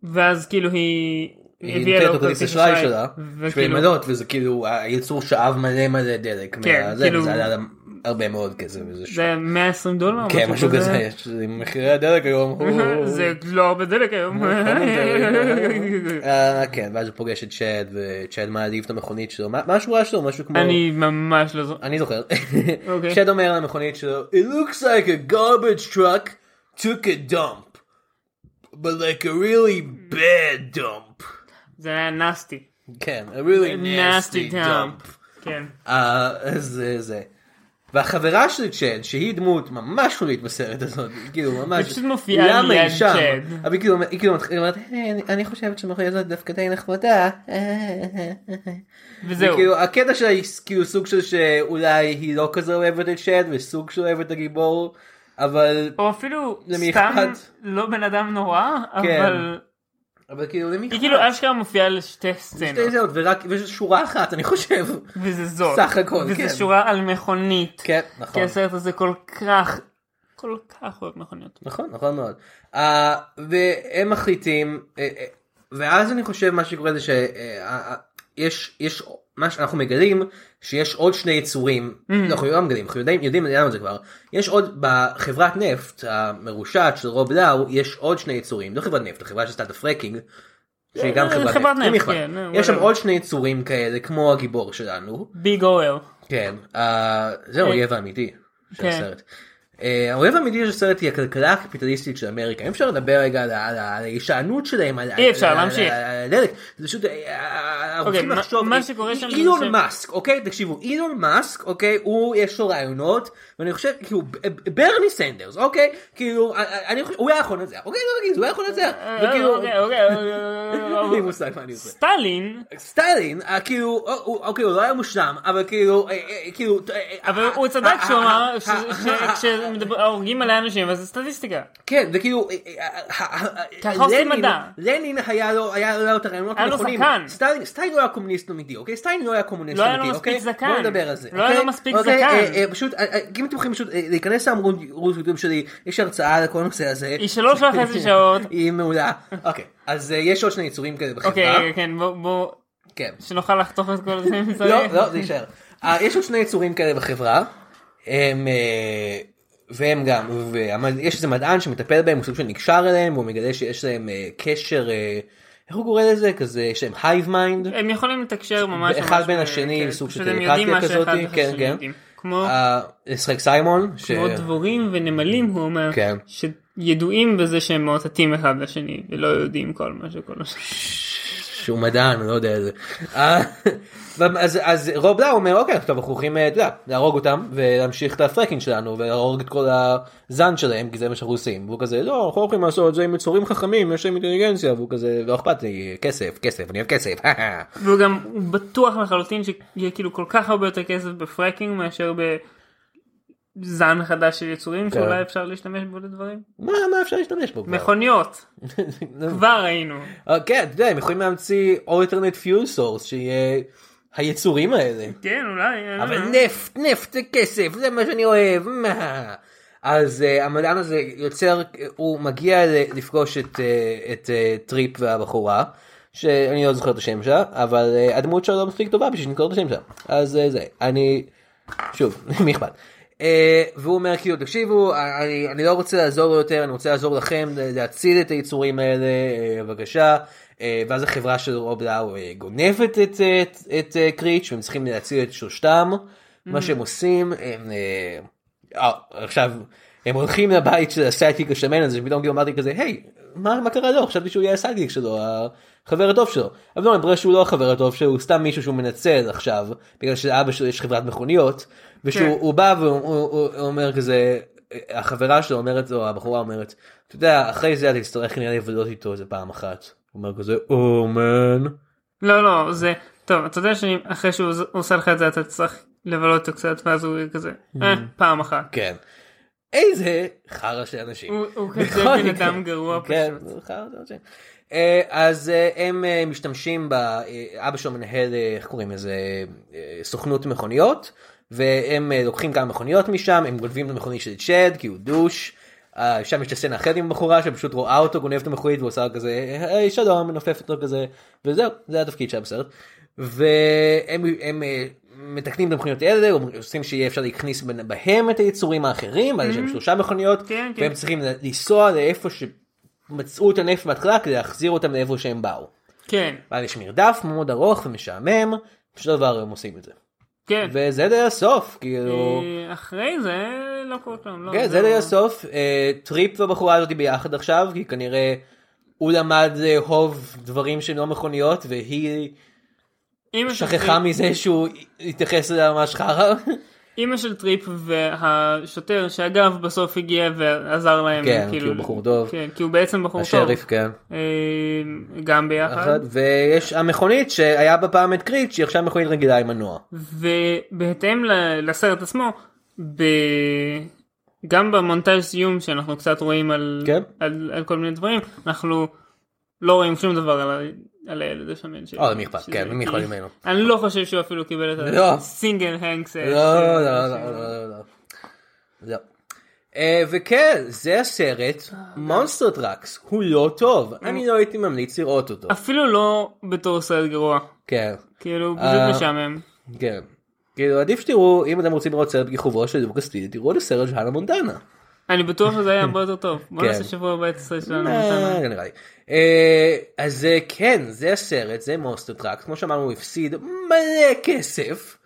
Speaker 3: ואז כאילו היא
Speaker 2: היא
Speaker 3: הביאה
Speaker 2: נותנת
Speaker 3: לו
Speaker 2: לו כרטיס אשראי שלה, בשביל
Speaker 3: וכאילו
Speaker 2: למלות, וזה כאילו, הייצור שאב מלא מלא דלק.
Speaker 3: כן,
Speaker 2: מהזה,
Speaker 3: כאילו-
Speaker 2: וזה עלה לה הרבה מאוד כסף. וזה ש-
Speaker 3: זה היה 120 דולר
Speaker 2: כן, משהו כזה, יש- מחירי הדלק היום.
Speaker 3: זה לא הרבה דלק היום
Speaker 2: נכון, אה, כן, ואז הוא פוגש את צ'אד, וצ'אד מעליב את המכונית שלו, מה מה השורה שלו? משהו כמו...
Speaker 3: אני ממש לא זוכר
Speaker 2: אני זוכר.
Speaker 3: אוקיי.
Speaker 2: צ'אד אומר למכונית שלו, It looks like a garbage truck took a dump, but like a really bad dump.
Speaker 3: זה היה נסטי
Speaker 2: כן, a really
Speaker 3: nasty
Speaker 2: nasty dump.
Speaker 3: dump. כן
Speaker 2: אה, זה זה. והחברה של צ'אד, שהיא דמות ממש שולית בסרט הזאת, היא כאילו ממש,
Speaker 3: היא פשוט מופיעה
Speaker 2: למה היא
Speaker 3: ליד
Speaker 2: שם?
Speaker 3: צ'אד.
Speaker 2: אבל היא כאילו- היא כאילו מתחילה, היא אומרת, "היי, אני- אני חושבת שהמחיה הזאת דווקא די נחמדה.
Speaker 3: וזהו
Speaker 2: כאילו הקטע שלה היא כאילו סוג של שאולי היא לא כזה אוהבת את שד וסוג של אוהבת את הגיבור אבל
Speaker 3: או אפילו
Speaker 2: למי
Speaker 3: סתם
Speaker 2: אכפת?
Speaker 3: לא בן אדם נורא
Speaker 2: כן.
Speaker 3: אבל
Speaker 2: אבל כאילו למי
Speaker 3: היא כאילו אשכרה מופיעה לשתי
Speaker 2: שתי
Speaker 3: סצנות
Speaker 2: זהות ורק ויש שורה אחת אני חושב
Speaker 3: וזה זאת
Speaker 2: סך הכל, כן.
Speaker 3: וזה שורה על מכונית
Speaker 2: כן
Speaker 3: כי
Speaker 2: נכון
Speaker 3: הסרט הזה כל כך כל כך אוהב מכוניות
Speaker 2: נכון נכון מאוד אה, והם מחליטים אה, אה, ואז אני חושב מה שקורה זה שיש יש מה שאנחנו מגלים שיש עוד שני יצורים
Speaker 3: Mm.
Speaker 2: לא, אנחנו לא מגלים אנחנו יודעים יודעים יודעים את זה כבר יש עוד בחברת נפט המרושעת של רוב לאו יש עוד שני יצורים לא חברת נפט החברה שעשתה את הפרקינג. שהיא גם
Speaker 3: אה,
Speaker 2: חברת
Speaker 3: חברת
Speaker 2: נפט,
Speaker 3: נפט,
Speaker 2: אם
Speaker 3: כן,
Speaker 2: בכלל. יש שם
Speaker 3: whatever.
Speaker 2: עוד שני יצורים כאלה כמו הגיבור שלנו
Speaker 3: ביג אוהל
Speaker 2: כן, אה, זה האויב האמיתי של
Speaker 3: כן.
Speaker 2: הסרט. אה, האויב האמיתי של הסרט היא הכלכלה הקפיטליסטית של אמריקה. אי אפשר לדבר רגע על ה- על ה- על ההישענות שלהם, על ה-
Speaker 3: אי אפשר,
Speaker 2: על ה-
Speaker 3: להמשיך.
Speaker 2: על ה- על הדלק. זה פשוט, אה, אה, אנחנו
Speaker 3: אוקיי,
Speaker 2: צריכים
Speaker 3: מה-
Speaker 2: לחשוב,
Speaker 3: מה
Speaker 2: אי-
Speaker 3: שקורה שם זה
Speaker 2: אילון
Speaker 3: ש-
Speaker 2: מאסק, אוקיי? תקשיבו, אילון מאסק, אוקיי? הוא, יש לו רעיונות, ואני חושב, כאילו, ב- ב- ברני סנדרס, אוקיי? כאילו, אה, אה, אני חושב, הוא היה יכול לנצח, אוקיי? לא נגיד, הוא היה יכול לנצח. וכאילו,
Speaker 3: אוקיי, אוקיי, אוקיי,
Speaker 2: אין לי
Speaker 3: אוקיי.
Speaker 2: מושג מה אני עושה.
Speaker 3: סטלין
Speaker 2: סטלין, אה, כאילו, הוא- הוא- אוקיי, הוא לא היה מושלם, אבל כאילו, אה, אה, כאילו, אה, אה,
Speaker 3: אבל הוא צדק שהוא אמר שכשהורגים מלא אנשים אז זה סטטיסטיקה
Speaker 2: כן, וכאילו, אה, אה, אה, אה,
Speaker 3: ככה עושים
Speaker 2: לנין-
Speaker 3: מדע.
Speaker 2: לנין היה לו, היה לא לו את הרעיונות
Speaker 3: היה לו
Speaker 2: הנכונים.
Speaker 3: זקן.
Speaker 2: סטלין, סטלין לא היה קומוניסט אמיתי, אוקיי? סטלין לא היה קומוניסט
Speaker 3: לא היה לו
Speaker 2: אמיתי,
Speaker 3: מספיק
Speaker 2: אוקיי?
Speaker 3: זקן.
Speaker 2: בוא נדבר על זה.
Speaker 3: לא היה
Speaker 2: אוקיי?
Speaker 3: לו מספיק
Speaker 2: אוקיי?
Speaker 3: זקן.
Speaker 2: אה, אה, פשוט, אה, אה, אם אתם יכולים פשוט אה, להיכנס לעמוד יוטיוב שלי, יש הרצאה על כל הנושא הזה.
Speaker 3: היא שלוש וחצי שעות
Speaker 2: היא מעולה. אוקיי, אז אה, יש עוד שני יצורים כאלה בחברה.
Speaker 3: אוקיי כן בוא בוא
Speaker 2: כן.
Speaker 3: שנוכל לחתוך את כל זה אם
Speaker 2: אה? לא,
Speaker 3: צריך.
Speaker 2: לא, זה יישאר. אה, יש עוד שני יצורים כאלה בחברה, הם, אה, והם גם, והמד- יש איזה מדען שמטפל בהם, הוא סוג של נקשר אליהם, והוא מגלה שיש להם אה, קשר, אה, איך הוא קורא לזה? כזה, יש להם הייב מיינד.
Speaker 3: הם יכולים לתקשר ממש
Speaker 2: אחד
Speaker 3: ממש
Speaker 2: בין
Speaker 3: ב-
Speaker 2: השני,
Speaker 3: כן,
Speaker 2: סוג של
Speaker 3: פשוט הם
Speaker 2: טלפתיה
Speaker 3: יודעים מה שאחד
Speaker 2: כזאת,
Speaker 3: והשני
Speaker 2: כן, כן.
Speaker 3: יודעים. כמו
Speaker 2: לשחק סיימון, ש...
Speaker 3: כמו דבורים ונמלים הוא אומר
Speaker 2: כן.
Speaker 3: שידועים בזה שהם מאותתים אחד לשני ולא יודעים כל מה שכל השני.
Speaker 2: שהוא מדען אני לא יודע איזה. אה, אז, אז רוב לאו אומר אוקיי עכשיו אנחנו הולכים אה, אתה יודע, להרוג אותם ולהמשיך את הפרקינג שלנו ולהרוג את כל הזן שלהם כי זה מה שאנחנו עושים והוא כזה לא אנחנו לא יכולים לעשות את זה עם יצורים חכמים יש להם אינטליגנציה והוא כזה לא אכפת לי כסף כסף אני אוהב כסף.
Speaker 3: והוא גם הוא בטוח לחלוטין שיהיה כאילו כל כך הרבה יותר כסף בפרקינג מאשר בזן חדש של יצורים
Speaker 2: כן.
Speaker 3: שאולי אפשר להשתמש בו לדברים.
Speaker 2: מה מה אפשר להשתמש בו? כבר?
Speaker 3: נכון. מכוניות כבר ראינו
Speaker 2: אה, כן, אתה יודע, הם יכולים להמציא alternate fuel source שיהיה היצורים האלה.
Speaker 3: כן אולי אני לא
Speaker 2: אבל
Speaker 3: יודע.
Speaker 2: נפט, נפט זה כסף, זה מה שאני אוהב. מה? אז אה, המדען הזה יוצר, הוא מגיע ל- לפגוש את, אה, את אה, טריפ והבחורה, שאני לא זוכר את השם שלה, אבל אה, הדמות שלה לא מספיק טובה בשביל לקרוא את השם שלה. אז אה, זה, אני, שוב, מי אכפת. אה, והוא אומר כאילו תקשיבו אני, אני לא רוצה לעזור לו יותר אני רוצה לעזור לכם ל- להציל את היצורים האלה אה, בבקשה אה, ואז החברה של רוב לאו אה, גונבת את, אה, את, את אה, קריץ' והם צריכים להציל את שלושתם מה שהם עושים הם אה, אה, עכשיו הם הולכים לבית של הסייטיק השמן הזה שפתאום כאילו אמרתי כזה היי מה, מה קרה לו חשבתי שהוא יהיה הסייטיק שלו החבר הטוב שלו אבל לא אני חושב שהוא לא החבר הטוב שלו הוא סתם מישהו שהוא מנצל עכשיו בגלל שלאבא שלו יש חברת מכוניות ושהוא
Speaker 3: כן.
Speaker 2: הוא בא והוא הוא, הוא, הוא אומר כזה החברה שלו אומרת לו הבחורה אומרת אתה יודע אחרי זה אתה תצטרך כנראה לבלות איתו איזה פעם אחת. הוא אומר כזה אומן.
Speaker 3: לא לא זה טוב אתה יודע שאחרי שהוא עוז- עושה לך את זה אתה צריך לבלות אותו קצת ואז הוא יהיה כזה
Speaker 2: Mm.
Speaker 3: "אה, פעם אחת.
Speaker 2: כן. איזה חרא של אנשים.
Speaker 3: הוא- הוא כזה
Speaker 2: בכל
Speaker 3: בן
Speaker 2: מקרה.
Speaker 3: אדם גרוע
Speaker 2: כן,
Speaker 3: פשוט.
Speaker 2: הוא חרא של אנשים. אה, אז אה, הם אה, משתמשים ב... אה, אבא שלו מנהל, אה, איך קוראים לזה? אה, סוכנות מכוניות, והם אה, לוקחים כמה מכוניות משם, הם גונבים את המכונית של צ'ד, כי הוא דוש. אה, שם יש את הסצנה אחרת עם בחורה שפשוט רואה אותו גונב את המכונית ועושה כזה היי שלום מנופפת לו כזה וזהו זה התפקיד שהיה בסרט. והם הם, אה, מתקנים את המכוניות האלה עושים שיהיה אפשר להכניס בין- בהם את היצורים האחרים אז יש להם שלושה מכוניות
Speaker 3: Mm-hmm. כן, כן.
Speaker 2: והם צריכים לנסוע לאיפה שמצאו את הנפט בהתחלה כדי להחזיר אותם לאיפה שהם באו.
Speaker 3: כן
Speaker 2: ואז יש מרדף מאוד ארוך ומשעמם בשביל דבר הם עושים את זה.
Speaker 3: כן.
Speaker 2: וזה די הסוף כאילו.
Speaker 3: אה, אחרי זה לא קורה כלום. לא,
Speaker 2: כן, זה די הסוף. אה, טריפ והבחורה הזאת ביחד עכשיו, כי כנראה הוא למד לאהוב דברים שהם לא מכוניות, והיא
Speaker 3: אמא של
Speaker 2: שכחה
Speaker 3: טריפ-
Speaker 2: מזה שהוא התייחס אליה ממש חרא.
Speaker 3: אמא של טריפ והשוטר שאגב בסוף הגיע ועזר להם.
Speaker 2: כן,
Speaker 3: כאילו-
Speaker 2: כי הוא בחור טוב.
Speaker 3: כן, כי הוא בעצם בחור טוב. כן.
Speaker 2: השריף, כן.
Speaker 3: אה, גם ביחד.
Speaker 2: אחת, ויש המכונית שהיה בה פעם את קריט, שהיא עכשיו מכונית רגילה עם מנוע.
Speaker 3: ובהתאם ל- לסרט עצמו, ב... גם במונטאז' סיום שאנחנו קצת רואים על,
Speaker 2: כן.
Speaker 3: על, על כל מיני דברים, אנחנו לא רואים שום דבר על, ה- על הילד השמן שלו.
Speaker 2: אה, למי אכפת?
Speaker 3: שזה-
Speaker 2: כן, למי אכפת ממנו?
Speaker 3: אני לא חושב שהוא אפילו קיבל את
Speaker 2: לא.
Speaker 3: הסינגל הנקס. אה,
Speaker 2: לא, לא, לא, לא, לא, לא. לא. אה, וכן, זה הסרט, מונסטר טראקס, הוא לא טוב, אני לא הייתי ממליץ לראות אותו.
Speaker 3: אפילו לא בתור סרט גרוע.
Speaker 2: כן.
Speaker 3: כאילו,
Speaker 2: אה.
Speaker 3: פשוט משעמם.
Speaker 2: כן. כאילו עדיף שתראו אם אתם רוצים לראות סרט בכיכובו של לוקאס טיל תראו את הסרט של הנה מונטנה.
Speaker 3: אני בטוח שזה היה הרבה יותר טוב. בוא
Speaker 2: כן.
Speaker 3: נעשה שבוע הבא את הסרט שלנו.
Speaker 2: אה,
Speaker 3: מתנה.
Speaker 2: נראה לי. אה, אז אה, כן זה הסרט זה מונסטר טראק כמו שאמרנו הוא הפסיד מלא כסף.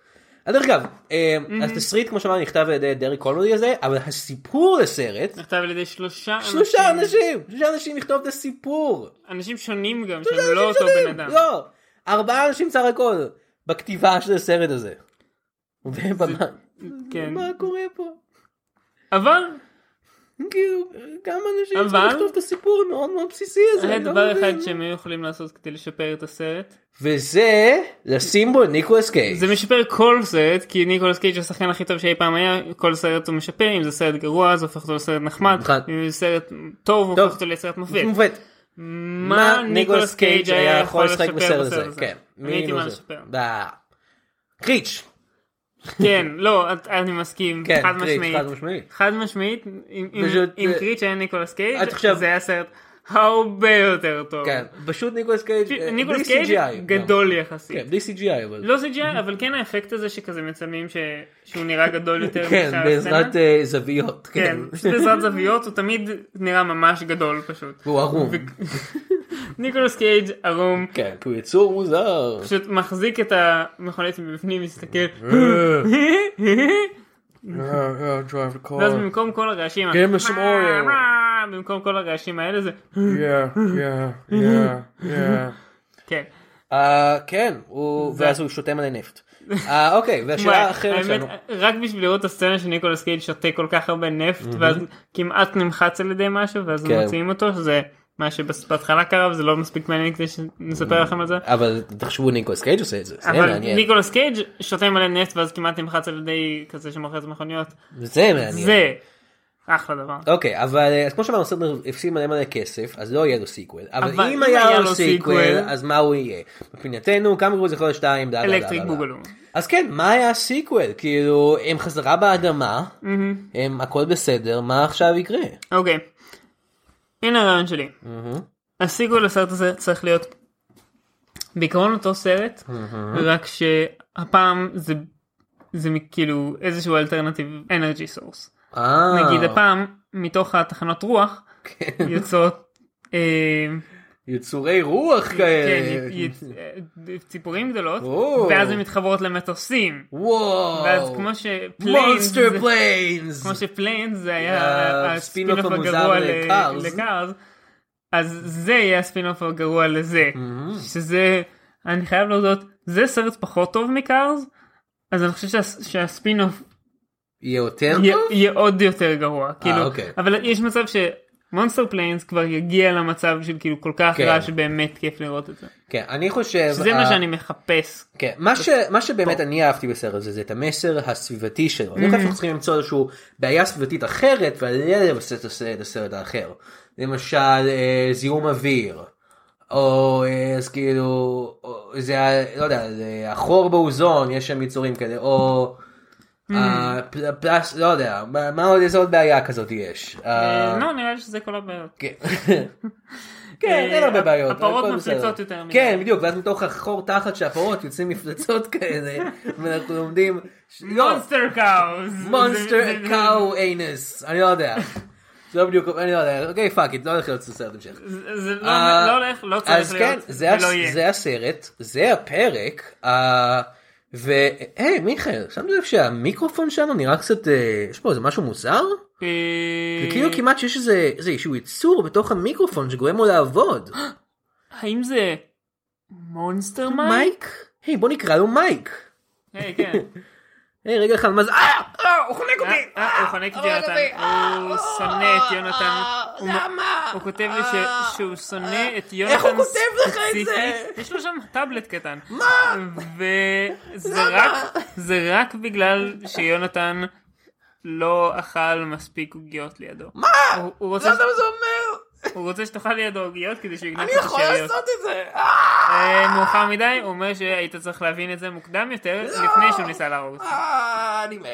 Speaker 2: אז דרך אגב אה, התסריט כמו שאמרנו נכתב על ידי דרעי קולנודי הזה אבל הסיפור לסרט
Speaker 3: נכתב על ידי שלושה
Speaker 2: שלושה אנשים שלושה אנשים לכתוב את הסיפור.
Speaker 3: אנשים שונים גם, שהם לא אותו בן אדם.
Speaker 2: לא ארבעה אנשים סך הכל בכתיבה של הסרט הזה. ובמה
Speaker 3: כן.
Speaker 2: מה קורה פה.
Speaker 3: אבל
Speaker 2: אה, כאילו, גם אנשים
Speaker 3: אבל-
Speaker 2: צריכים לכתוב את הסיפור המאוד מאוד בסיסי הזה.
Speaker 3: היה
Speaker 2: אני לא
Speaker 3: דבר
Speaker 2: מבין.
Speaker 3: אחד שהם היו יכולים לעשות כדי לשפר את הסרט.
Speaker 2: וזה לשים בו את ניקולס קייג'.
Speaker 3: זה משפר כל סרט כי ניקולס קייג' הוא השחקן הכי טוב שאי פעם היה כל סרט הוא משפר אם זה סרט גרוע זה הופך אותו לסרט נחמד
Speaker 2: נכון.
Speaker 3: אם זה סרט טוב הוא
Speaker 2: טוב.
Speaker 3: הופך אותו לסרט מופת.
Speaker 2: מופת.
Speaker 3: מה ניקולס קייג' היה יכול לשפר בסרט הזה?
Speaker 2: כן.
Speaker 3: אני הייתי
Speaker 2: מי
Speaker 3: מה
Speaker 2: זה?
Speaker 3: לשפר.
Speaker 2: ב- קריץ'.
Speaker 3: כן לא את- אני מסכים
Speaker 2: כן,
Speaker 3: חד
Speaker 2: קריץ',
Speaker 3: משמעית.
Speaker 2: חד משמעית.
Speaker 3: חד משמעית אם- אם-
Speaker 2: פשוט,
Speaker 3: אם
Speaker 2: אה,
Speaker 3: קריץ' היה ניקולס
Speaker 2: עד
Speaker 3: קייג'
Speaker 2: עכשיו-
Speaker 3: זה היה סרט הרבה יותר טוב.
Speaker 2: כן. פשוט ניקולס קייג'. אה,
Speaker 3: ניקולס
Speaker 2: בלי
Speaker 3: קייג'
Speaker 2: CGI גם.
Speaker 3: גדול יחסית.
Speaker 2: כן, בלי CGI אבל.
Speaker 3: לא CGI אבל כן האפקט הזה שכזה מצלמים ש... שהוא נראה גדול יותר
Speaker 2: כן,
Speaker 3: משאר
Speaker 2: בעזרת
Speaker 3: הסצנה.
Speaker 2: אה, זוויות.
Speaker 3: כן,
Speaker 2: כן.
Speaker 3: פשוט בעזרת זוויות הוא תמיד נראה ממש גדול פשוט.
Speaker 2: והוא ערום.
Speaker 3: ניקולס קייג' ערום
Speaker 2: כן, כי הוא יצור מוזר.
Speaker 3: פשוט מחזיק את המכונית מבפנים מסתכל
Speaker 2: אה.
Speaker 3: ואז במקום כל הרעשים ה-
Speaker 2: Give me some oil.
Speaker 3: במקום כל הרעשים האלה זה
Speaker 7: yeah, yeah, yeah, yeah.
Speaker 3: כן
Speaker 2: אה, כן, הוא-
Speaker 3: זה-
Speaker 2: ואז הוא שותם עלי נפט. אה, אוקיי, והשאלה
Speaker 3: וואי,
Speaker 2: האחרת
Speaker 3: האמת,
Speaker 2: שלנו.
Speaker 3: רק בשביל לראות את הסצנה שניקולס קייד שותה כל כך הרבה נפט ואז כמעט נמחץ על ידי משהו ואז
Speaker 2: כן.
Speaker 3: מוציאים אותו שזה מה שבהתחלה קרה וזה לא מספיק מעניין כדי שנספר לכם על זה.
Speaker 2: אבל תחשבו ניקולס קייג' עושה את זה, זה
Speaker 3: אבל
Speaker 2: מעניין.
Speaker 3: ניקולס קייג' שותה מלא נפט ואז כמעט נמחץ על ידי כזה שמוכר את המכוניות.
Speaker 2: זה מעניין.
Speaker 3: זה אחלה דבר.
Speaker 2: אוקיי, אבל אה, אז כמו שאמרנו, סרטנר הפסיד מלא מלא כסף, אז לא יהיה לו סיקוול. אבל
Speaker 3: אבל
Speaker 2: אם היה לו סיקוול,
Speaker 3: סיקוול-
Speaker 2: אז מה הוא יהיה? מבחינתנו, כמה גרוע זה יכול להיות שתיים, דה דה דה דה.
Speaker 3: אלקטריק
Speaker 2: דה.
Speaker 3: בוגלו.
Speaker 2: אז כן, מה היה הסיקוול? כאילו, הם חזרה באדמה, הם הכל בסדר, מה עכשיו יקרה?
Speaker 3: אוקיי. הנה הרעיון שלי. הסיקוול לסרט הזה צריך להיות בעיקרון אותו סרט, רק שהפעם זה זה מ- כאילו איזשהו אלטרנטיב אנרגי סורס.
Speaker 2: אה, כן.
Speaker 3: נגיד הפעם מתוך התחנות רוח יוצאות אה,
Speaker 2: יצורי רוח
Speaker 3: כן,
Speaker 2: כאלה.
Speaker 3: י- י- אה, ציפורים גדולות
Speaker 2: או.
Speaker 3: ואז הן מתחברות למטוסים
Speaker 2: וואו.
Speaker 3: ואז כמו שפליינס
Speaker 2: מונסטר פליינס.
Speaker 3: כמו שפליינס זה
Speaker 2: היה
Speaker 3: היה הספינוף
Speaker 2: הספינוף
Speaker 3: הגרוע
Speaker 2: המוזר
Speaker 3: ל-
Speaker 2: לקארז.
Speaker 3: לקארז, אז זה יהיה הספינוף הגרוע לזה,
Speaker 2: Mhm.
Speaker 3: שזה, אני חייב להודות, זה סרט פחות טוב מקארז, אז אני חושב שה- שהספינוף
Speaker 2: יהיה יותר
Speaker 3: יהיה-
Speaker 2: טוב?
Speaker 3: יהיה עוד יותר גרוע, כאילו,
Speaker 2: אוקיי.
Speaker 3: אבל יש מצב שמונסטר פליינס כבר יגיע למצב של כאילו כל כך
Speaker 2: כן.
Speaker 3: רע שבאמת כיף לראות את זה,
Speaker 2: כן, אני חושב...
Speaker 3: שזה
Speaker 2: אה,
Speaker 3: מה שאני מחפש.
Speaker 2: כן, מה, ש, מה שבאמת אני אהבתי בסרט זה, זה את המסר הסביבתי שלו. אני חושב שאנחנו צריכים למצוא איזושהי בעיה סביבתית אחרת ועליה לבסס את הסרט- את הסרט האחר. למשל אה, זיהום אוויר, או אה, אז כאילו, או, זה, ה- לא יודע, זה החור באוזון, יש שם יצורים כאלה, או אה, פל- פלס, לא יודע, מה מה עוד, איזה עוד בעיה כזאת יש? אה,
Speaker 3: אה, לא, נראה לי שזה כל הבעיות.
Speaker 2: כן, כן, אין הרבה
Speaker 3: אה,
Speaker 2: בעיות.
Speaker 3: הפרות
Speaker 2: הכל בסדר.
Speaker 3: מפליצות יותר מדי.
Speaker 2: כן, בדיוק, ואז מתוך החור תחת של הפרות יוצאים מפלצות כאלה, ואנחנו לומדים... ש- לא,
Speaker 3: מונסטר קאוז.
Speaker 2: מונסטר קאו איינס, אני לא יודע. זה לא בדיוק, אני לא יודע, אוקיי פאק איט, לא הולך להיות סרט המשך.
Speaker 3: זה זה לא
Speaker 2: אה,
Speaker 3: לא הולך, לא צריך
Speaker 2: אז כן,
Speaker 3: להיות,
Speaker 2: זה
Speaker 3: ולא
Speaker 2: הס-
Speaker 3: יהיה.
Speaker 2: זה הסרט, זה הפרק, אה, והי מיכאל, שמת לב שהמיקרופון שלנו נראה קצת, אה, יש פה איזה משהו מוזר?
Speaker 3: אה,
Speaker 2: זה כאילו כמעט שיש איזה איזשהו יצור בתוך המיקרופון שגורם לו לעבוד.
Speaker 3: האם זה מונסטר מייק?
Speaker 2: מייק? היי בוא נקרא לו מייק.
Speaker 3: היי, כן.
Speaker 2: היי רגע אחד מה זה? אה! אה! הוא חונק
Speaker 3: אה,
Speaker 2: אותי!
Speaker 3: אה, הוא חונק את
Speaker 2: הורג
Speaker 3: יונתן,
Speaker 2: אותי! אה,
Speaker 3: הוא שונא את יונתן.
Speaker 2: אה,
Speaker 3: הוא-
Speaker 2: למה?
Speaker 3: הוא כותב לי
Speaker 2: אה,
Speaker 3: ש- שהוא שונא את יונתן.
Speaker 2: איך הוא כותב לך את
Speaker 3: ספציפית.
Speaker 2: זה?
Speaker 3: יש לו שם טאבלט קטן. מה? וזה רק- זה רק בגלל שיונתן לא אכל מספיק עוגיות לידו.
Speaker 2: מה?
Speaker 3: הוא-
Speaker 2: לא
Speaker 3: הוא רוצה
Speaker 2: יודע
Speaker 3: ש-
Speaker 2: מה זה אומר!
Speaker 3: הוא רוצה שתאכל לידו עוגיות כדי שהוא יגנב
Speaker 2: אני
Speaker 3: לך את
Speaker 2: יכול
Speaker 3: השאריות.
Speaker 2: לעשות את זה! אה,
Speaker 3: אה, מאוחר מדי, הוא אומר שהיית צריך להבין את זה מוקדם יותר, לפני שהוא ניסה להרוג אותך.
Speaker 2: אה, אני מת.